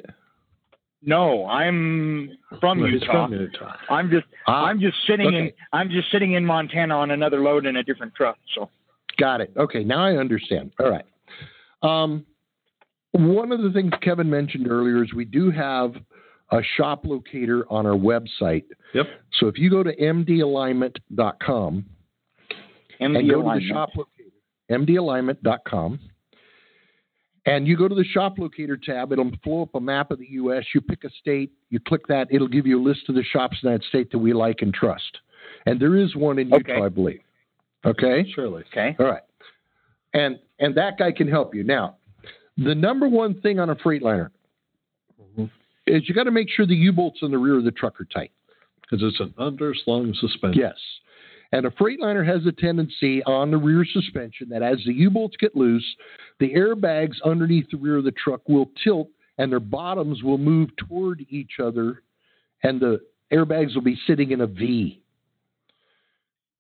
Speaker 5: no, I'm from
Speaker 3: he's
Speaker 5: Utah.
Speaker 3: from Utah.
Speaker 5: I'm just
Speaker 2: Ah,
Speaker 5: I'm just sitting in
Speaker 2: okay.
Speaker 5: I'm just sitting in Montana on another load in a different truck. So
Speaker 2: Got it. Okay, now I understand. All right. Um, one of the things Kevin mentioned earlier is we do have a shop locator on our website.
Speaker 3: Yep.
Speaker 2: So if you go to mdalignment.com
Speaker 5: and
Speaker 2: and go to the shop locator, mdalignment.com, and you go to the shop locator tab, it'll flow up a map of the U.S. You pick a state, you click that, it'll give you a list of the shops in that state that we like and trust. And there is one in Utah,
Speaker 5: Okay.
Speaker 2: I believe. Okay.
Speaker 3: Surely.
Speaker 5: Okay.
Speaker 2: All right. And and that guy can help you. Now, the number one thing on a Freightliner
Speaker 3: Mhm.
Speaker 2: is you got to make sure the U bolts on the rear of the truck are tight.
Speaker 3: Because it's an underslung suspension.
Speaker 2: Yes. And a Freightliner has a tendency on the rear suspension that as the U bolts get loose, the airbags underneath the rear of the truck will tilt and their bottoms will move toward each other, and the airbags will be sitting in a V.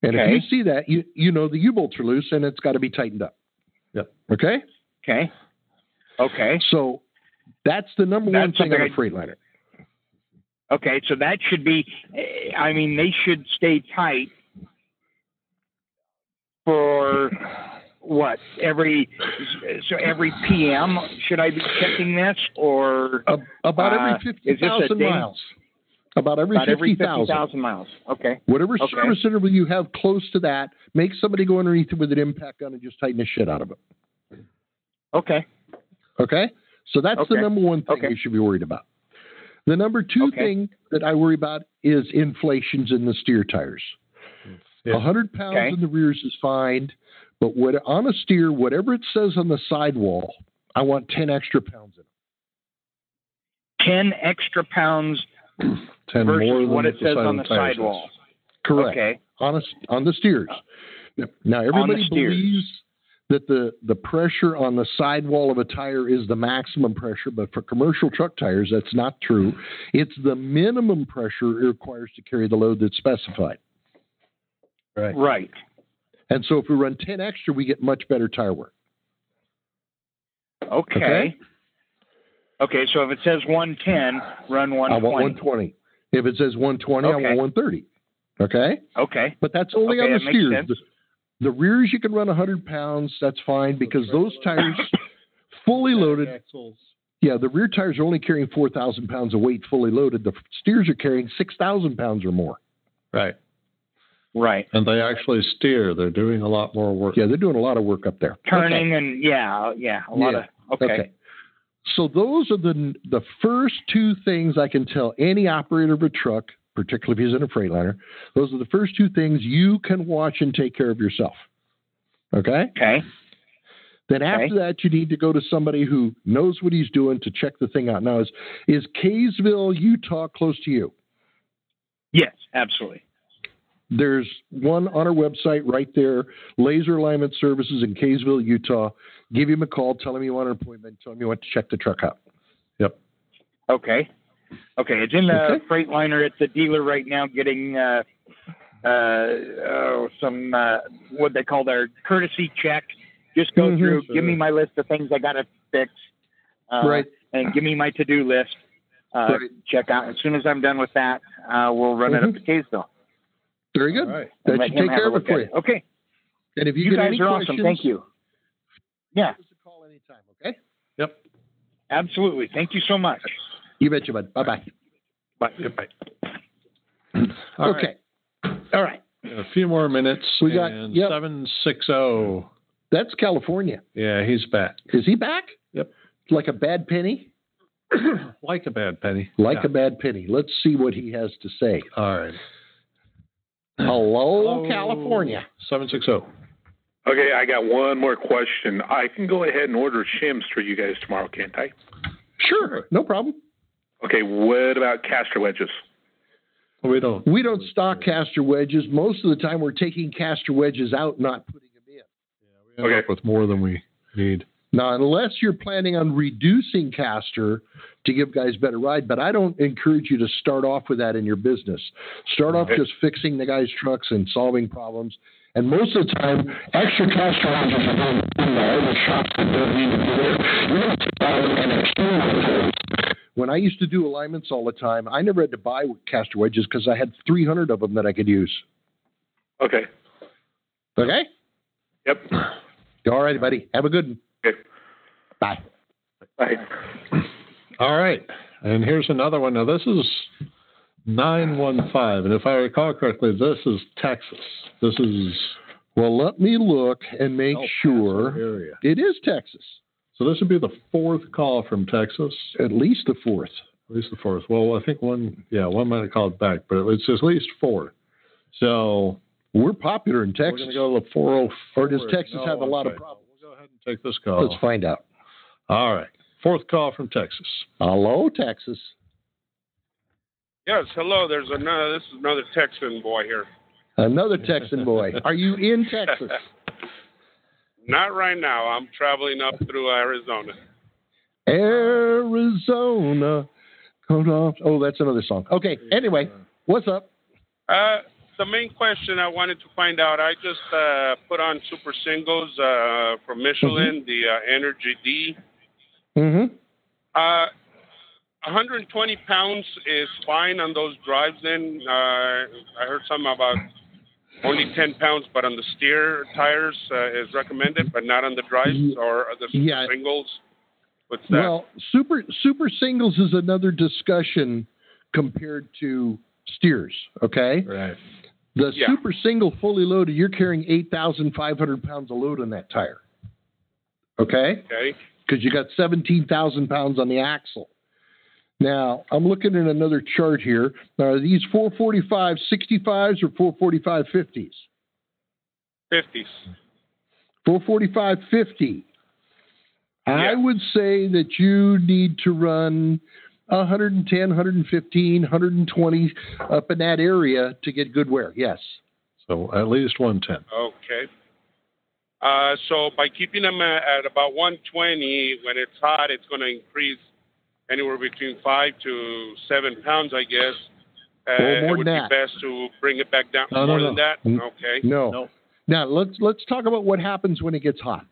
Speaker 2: And
Speaker 5: Okay.
Speaker 2: if you see that, you, you know the U bolts are loose and it's got to be tightened up. Yep. Okay?
Speaker 5: Okay. Okay.
Speaker 2: So that's the number one
Speaker 5: That's
Speaker 2: thing on a
Speaker 5: something I-
Speaker 2: Freightliner.
Speaker 5: Okay, so that should be. eh, I mean, they should stay tight for what every so every PM should I be checking this or
Speaker 2: about every
Speaker 5: uh, is this a
Speaker 2: 50,000
Speaker 5: ding-
Speaker 2: miles. About every
Speaker 5: About every
Speaker 2: 50,000.
Speaker 5: 50,000 miles. Okay.
Speaker 2: Whatever
Speaker 5: Okay.
Speaker 2: service interval you have close to that, make somebody go underneath it with an impact gun and just tighten the shit out of it.
Speaker 5: Okay.
Speaker 2: Okay? So that's the
Speaker 5: Okay.
Speaker 2: number one thing
Speaker 5: Okay.
Speaker 2: you should be worried about. The number two
Speaker 5: Okay.
Speaker 2: thing that I worry about is inflations in the steer tires. A
Speaker 3: Yeah.
Speaker 2: 100 pounds
Speaker 5: Okay.
Speaker 2: in the rears is fine, but what, on a steer, whatever it says on the sidewall, I want 10 extra pounds in it.
Speaker 5: Ten extra pounds
Speaker 3: Ten
Speaker 5: versus
Speaker 3: more than
Speaker 5: what it
Speaker 3: the
Speaker 5: says
Speaker 3: side
Speaker 5: on
Speaker 3: of
Speaker 5: the
Speaker 3: tire says.
Speaker 5: sidewall.
Speaker 2: Correct.
Speaker 5: Okay.
Speaker 2: on a, on the steers. Now everybody
Speaker 5: steers.
Speaker 2: believes that the the pressure on the sidewall of a tire is the maximum pressure, but for commercial truck tires, that's not true. It's the minimum pressure it requires to carry the load that's specified.
Speaker 3: Right.
Speaker 5: Right.
Speaker 2: And so if we run ten extra, we get much better tire work.
Speaker 5: Okay. okay.
Speaker 2: Okay.
Speaker 5: so if it says 110, run
Speaker 2: I want
Speaker 5: 120.
Speaker 2: one twenty. If it says one twenty, I
Speaker 5: Okay.
Speaker 2: want one thirty. Okay,
Speaker 5: Okay.
Speaker 2: but that's only
Speaker 5: Okay,
Speaker 2: on the
Speaker 5: that makes
Speaker 2: steers.
Speaker 5: sense.
Speaker 2: The, the rears you can run hundred pounds. That's fine because those tires, fully loaded,
Speaker 3: Axles.
Speaker 2: Yeah, the rear tires are only carrying 4,000 pounds of weight fully loaded. The steers are carrying 6,000 pounds or more.
Speaker 3: Right.
Speaker 5: Right.
Speaker 3: And they actually steer. They're doing a lot more work.
Speaker 2: Yeah, they're doing a lot of work up there.
Speaker 5: Turning and yeah, yeah, a lot
Speaker 2: Yeah.
Speaker 5: of okay.
Speaker 2: So those are the the first two things I can tell any operator of a truck, particularly if he's in a Freightliner. Those are the first two things you can watch and take care of yourself. Okay?
Speaker 5: Okay.
Speaker 2: Then
Speaker 5: Okay.
Speaker 2: after that, you need to go to somebody who knows what he's doing to check the thing out. Now, is is Kaysville, Utah, close to you?
Speaker 5: Yes, absolutely.
Speaker 2: There's one on our website right there, Laser Alignment Services in Kaysville, Utah. Give him a call, tell him you want an appointment, tell him you want to check the truck out.
Speaker 5: Okay. Okay. It's in the
Speaker 2: Okay.
Speaker 5: Freightliner at the dealer right now getting uh, uh, oh, some, uh, what they call their courtesy check. Just go
Speaker 2: Mhm.
Speaker 5: through, give me my list of things I got to fix, uh,
Speaker 2: Right.
Speaker 5: and give me my to do list. Uh,
Speaker 2: Right.
Speaker 5: Check out. As soon as I'm done with that, uh, we'll run it up to Kaysville.
Speaker 2: Mm-hmm. Very good.
Speaker 3: All right.
Speaker 5: and
Speaker 2: That
Speaker 5: let
Speaker 2: should
Speaker 5: him
Speaker 2: take
Speaker 5: have
Speaker 2: care
Speaker 5: a
Speaker 2: of it
Speaker 5: look
Speaker 2: for
Speaker 5: at
Speaker 2: you.
Speaker 5: Okay.
Speaker 2: And if you,
Speaker 5: You,
Speaker 2: get
Speaker 5: guys
Speaker 2: any
Speaker 5: are
Speaker 2: questions,
Speaker 5: awesome. Thank you. Yeah,
Speaker 2: Give us a call anytime, okay?
Speaker 5: absolutely. Thank you so much.
Speaker 2: You betcha, bud. Bye bye.
Speaker 5: Bye.
Speaker 3: All right.
Speaker 2: okay. All right.
Speaker 3: A few more minutes.
Speaker 2: We got-
Speaker 3: and oh.
Speaker 2: yep.
Speaker 3: 760.
Speaker 2: That's California.
Speaker 3: Yeah, he's back.
Speaker 2: Is he back?
Speaker 3: Yep.
Speaker 2: Like a bad penny?
Speaker 3: like a bad penny.
Speaker 2: Like a bad penny. Let's see what he has to say.
Speaker 3: a. All right.
Speaker 2: Hello,
Speaker 3: Hello,
Speaker 2: California.
Speaker 3: 760.
Speaker 7: Okay, I got one more question. I can go ahead and order shims for you guys tomorrow, can't I?
Speaker 2: Sure. No problem.
Speaker 7: Okay, what about caster wedges?
Speaker 3: We don't.
Speaker 2: We don't stock caster wedges. Most of the time, we're taking caster wedges out, not putting them in.
Speaker 3: We end
Speaker 7: Okay.
Speaker 3: up with more than we need.
Speaker 2: Now, unless you're planning on reducing caster to give guys better ride, but I don't encourage you to start off with that in your business. Start off
Speaker 7: Okay.
Speaker 2: just fixing the guys' trucks and solving problems. And most of the time,
Speaker 8: Extra caster wedges are going in there, the shops that don't need to be there. You're going to buy an external hose.
Speaker 2: when I used to do alignments all the time, I never had to buy caster wedges because I had 300 of them that I could use.
Speaker 7: Okay.
Speaker 2: Okay?
Speaker 7: Yep.
Speaker 2: All righty, buddy. Have a good one.
Speaker 7: Okay.
Speaker 2: Bye.
Speaker 7: Bye.
Speaker 3: All right. And here's another one. Now, this is 915. And if I recall correctly, this is Texas. This is
Speaker 2: Well, let me look and make
Speaker 3: El Paso
Speaker 2: sure.
Speaker 3: area.
Speaker 2: It is Texas,
Speaker 3: So this would be the fourth call from Texas.
Speaker 2: at least the fourth.
Speaker 3: At least the fourth. Well, I think one, yeah, one might have called back, but it's at least four. So
Speaker 2: We're popular in
Speaker 3: we're
Speaker 2: Texas.
Speaker 3: going to go to the 404.
Speaker 2: Or does Texas have a lot of
Speaker 3: problems? We'll go ahead and take this call.
Speaker 2: Let's find out.
Speaker 3: All right. Fourth call from Texas.
Speaker 2: Hello, Texas.
Speaker 11: Yes, hello. There's another. This is another Texan boy here.
Speaker 2: Another Texan boy. Are you in Texas?
Speaker 11: Not right now. I'm traveling up through Arizona.
Speaker 2: Arizona. Cut off. Oh, that's another song. Okay. Anyway, what's up?
Speaker 11: Uh, the main question I wanted to find out. I just uh, put on Super Singles uh, from Michelin, the uh, Energy D.
Speaker 2: Mm-hmm.
Speaker 11: Uh, 120 pounds is fine on those drives. In uh, I heard something about only 10 pounds, but on the steer tires uh, is recommended, but not on the drives or the Super
Speaker 2: Mm-hmm. Yeah.
Speaker 11: Singles. What's that?
Speaker 2: Well, super super singles is another discussion compared to steers. Okay.
Speaker 3: Right.
Speaker 2: The
Speaker 11: Yeah.
Speaker 2: super single fully loaded, you're carrying eight thousand five hundred pounds of load on that tire. Okay.
Speaker 11: okay.
Speaker 2: because you got 17,000 pounds on the axle. Now, I'm looking at another chart here. uh, Now, are these 445 65s or 445 50s?
Speaker 11: 50s.
Speaker 2: 445 50. I would say that you need to run 110, 115, 120 up in that area to get good wear. Yes.
Speaker 3: So at least 110.
Speaker 11: Okay. Uh, so by keeping them at, at about 120, when it's hot, it's going to increase anywhere between five to seven pounds, I guess. Uh,
Speaker 2: Well, more
Speaker 11: it would
Speaker 2: than
Speaker 11: be
Speaker 2: that.
Speaker 11: best to bring it back down
Speaker 2: No, no,
Speaker 11: more
Speaker 2: no.
Speaker 11: than that.
Speaker 2: N-
Speaker 11: Okay.
Speaker 2: Mm-hmm. No. Now let's let's talk about what happens when it gets hot.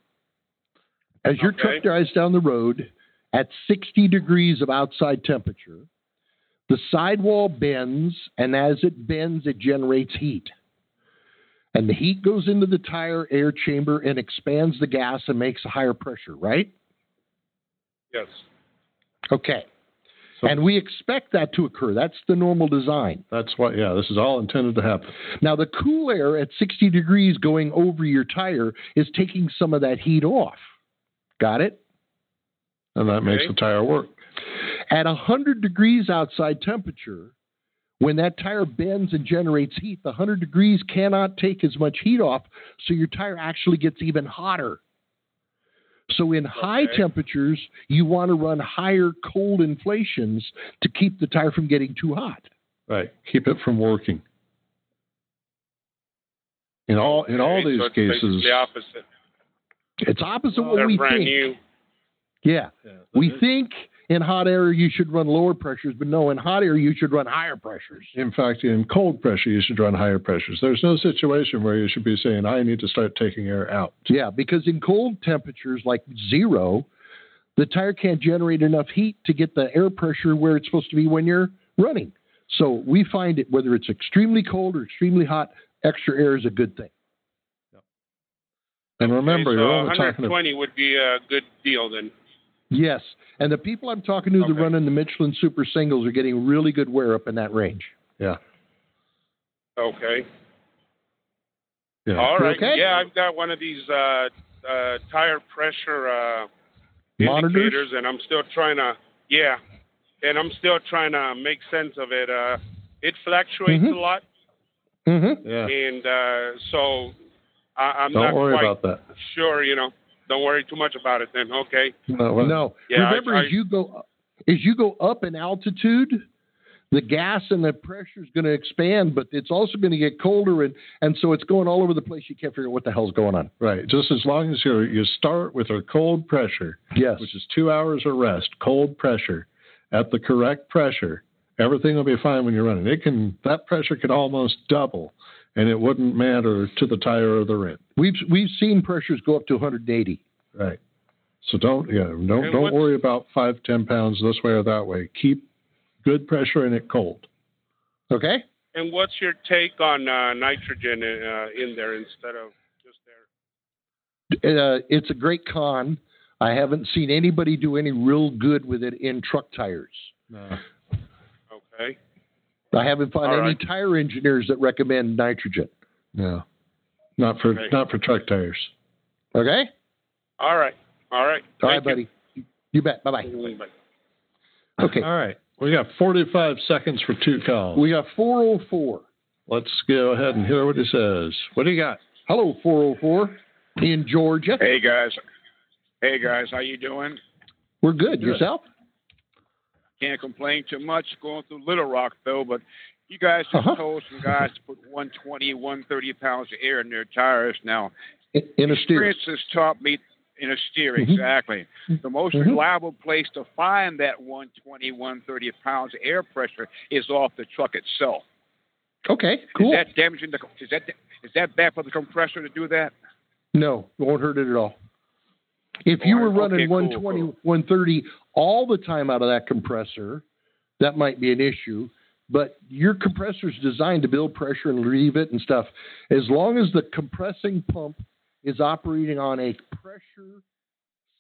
Speaker 2: As your
Speaker 11: Okay.
Speaker 2: truck drives down the road at 60 degrees of outside temperature, the sidewall bends, and as it bends, it generates heat. And the heat goes into the tire air chamber and expands the gas and makes a higher pressure, right?
Speaker 11: Yes.
Speaker 2: Okay. and we expect that to occur. That's the normal design.
Speaker 3: That's what, yeah, this is all intended to happen.
Speaker 2: Now, the cool air at 60 degrees going over your tire is taking some of that heat off. Got it?
Speaker 3: And that makes the tire work.
Speaker 2: At 100 degrees outside temperature, when that tire bends and generates heat, the 100 degrees cannot take as much heat off, so your tire actually gets even hotter. So, in high temperatures, you want to run higher cold inflations to keep the tire from getting too hot.
Speaker 3: Right. Keep it from working. In all in all
Speaker 11: Okay,
Speaker 3: these
Speaker 11: so it's basically
Speaker 3: cases,
Speaker 11: The opposite.
Speaker 2: It's opposite
Speaker 11: They're
Speaker 2: what we
Speaker 11: brand
Speaker 2: think.
Speaker 11: new.
Speaker 2: Yeah. we think in hot air you should run lower pressures, but no, in hot air you should run higher pressures.
Speaker 3: in fact, in cold pressure, you should run higher pressures. There's no situation where you should be saying, I need to start taking air out.
Speaker 2: Yeah, because in cold temperatures like zero, the tire can't generate enough heat to get the air pressure where it's supposed to be when you're running. So we find it, whether it's extremely cold or extremely hot, extra air is a good thing.
Speaker 3: And remember,
Speaker 11: Okay, so
Speaker 3: you're only talking about
Speaker 11: 120 would be a good deal then.
Speaker 2: Yes. And the people I'm talking to that run in the Michelin Super Singles are getting really good wear up in that range.
Speaker 3: Yeah.
Speaker 11: Okay.
Speaker 3: Yeah.
Speaker 11: All right.
Speaker 2: Okay.
Speaker 11: Yeah, I've got one of these uh, uh, tire pressure uh,
Speaker 2: Monitors?
Speaker 11: indicators, and I'm still trying to. Yeah, and I'm still trying to make sense of it. Uh, it fluctuates
Speaker 2: Mhm.
Speaker 11: a lot,
Speaker 2: Mm-hmm.
Speaker 3: Yeah.
Speaker 11: and uh, so I, I'm not
Speaker 3: Don't worry
Speaker 11: quite
Speaker 3: about that.
Speaker 11: sure. You know, don't worry too much about it. Then, okay.
Speaker 3: No, well,
Speaker 2: No.
Speaker 11: Yeah, I-
Speaker 2: Remember,
Speaker 11: I-
Speaker 2: as you go as you go up in altitude, the gas and the pressure is going to expand, but it's also going to get colder, and and so it's going all over the place. You can't figure out what the hell's going on.
Speaker 3: Right. Just as long as you you start with a cold pressure,
Speaker 2: Yes.
Speaker 3: which is two hours of rest, cold pressure, at the correct pressure, everything will be fine when you're running. It can that pressure could almost double, and it wouldn't matter to the tire or the rim.
Speaker 2: We've we've seen pressures go up to 180.
Speaker 3: Right. So don't yeah don't
Speaker 11: And
Speaker 3: don't
Speaker 11: what's-
Speaker 3: worry about five ten pounds this way or that way. Keep good pressure and it cold.
Speaker 2: Okay.
Speaker 11: And what's your take on uh, nitrogen uh, in there instead of just there?
Speaker 2: Uh, it's a great con. I haven't seen anybody do any real good with it in truck tires.
Speaker 11: Okay.
Speaker 2: I haven't found
Speaker 11: All
Speaker 2: any
Speaker 11: right.
Speaker 2: tire engineers that recommend nitrogen.
Speaker 3: No. Not for
Speaker 11: Right.
Speaker 3: not for truck tires.
Speaker 2: Okay. All right,
Speaker 11: All right. All right. Thank
Speaker 2: buddy. You bet. Bye bye.
Speaker 11: you. Bye.
Speaker 2: Okay.
Speaker 3: All right. We got 45 seconds for two calls.
Speaker 2: We got 404.
Speaker 3: Let's go ahead and hear what he says. What do you got?
Speaker 2: Hello, 404 in Georgia.
Speaker 12: Hey guys, hey guys, how you doing?
Speaker 2: We're good.
Speaker 3: Good.
Speaker 2: Yourself?
Speaker 12: Can't complain too much. Going through Little Rock though, but You guys just
Speaker 2: Uh-huh.
Speaker 12: told some guys to put 120, 130 pounds of air in their tires. Now,
Speaker 2: In, in a steer.
Speaker 12: experience has taught me in a steer,
Speaker 2: Mhm.
Speaker 12: exactly. The most
Speaker 2: Mhm.
Speaker 12: reliable place to find that 120, 130 pounds of air pressure is off the truck itself.
Speaker 2: Okay, cool.
Speaker 12: Is that damaging the? Is that is that bad for the compressor to do that?
Speaker 2: No, it won't hurt it at all. If you were running 120, 130 all the time out of that compressor, that might be an issue. But your compressor's designed to build pressure and relieve it and stuff. As long as the compressing pump is operating on a pressure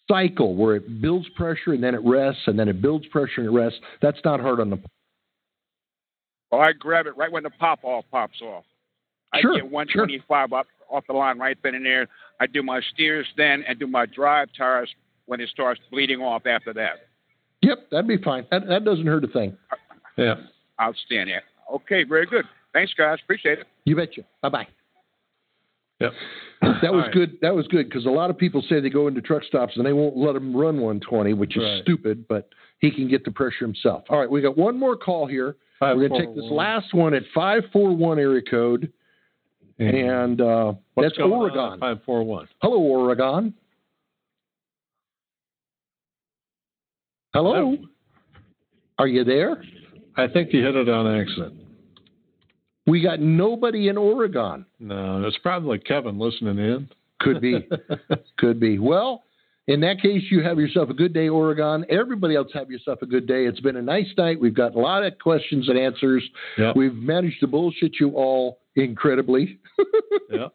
Speaker 2: cycle where it builds pressure and then it rests and then it builds pressure and it rests, that's not hard on the
Speaker 12: Or I grab it right when the pop off pops off. I
Speaker 2: Sure,
Speaker 12: get 125 up off the line right then and there. I do my steers then and do my drive tires when it starts bleeding off after that.
Speaker 2: Yep, that'd be fine. That, that doesn't hurt a thing. Yeah.
Speaker 12: Outstanding. Okay, very good. Thanks, guys. Appreciate it.
Speaker 2: You betcha. Bye bye.
Speaker 3: Yep.
Speaker 2: That
Speaker 12: All
Speaker 2: was
Speaker 12: right.
Speaker 2: good. That was good because a lot of people say they go into truck stops and they won't let them run 120, which is
Speaker 3: Right.
Speaker 2: stupid. But he can get the pressure himself. All right, we got one more call here. We're going to take this
Speaker 3: 541.
Speaker 2: last one at 541 area code, and uh, that's Oregon.
Speaker 3: Five four one.
Speaker 2: Hello, Oregon. Hello. Are you there?
Speaker 3: I think you hit it on accident.
Speaker 2: We got nobody in Oregon.
Speaker 3: No, it's probably Kevin listening in.
Speaker 2: Could be. Could be. Well, in that case, you have yourself a good day, Oregon. Everybody else have yourself a good day. It's been a nice night. We've got a lot of questions and answers.
Speaker 3: Yep.
Speaker 2: We've managed to bullshit you all incredibly.
Speaker 3: Yep.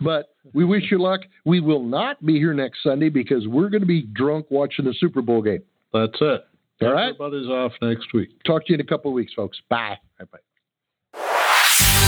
Speaker 2: But we wish you luck. We will not be here next Sunday because we're going to be drunk watching the Super Bowl game.
Speaker 3: That's it.
Speaker 2: All right.
Speaker 3: Everybody's off next week.
Speaker 2: Talk to you in a couple of weeks, folks. Bye. Bye bye.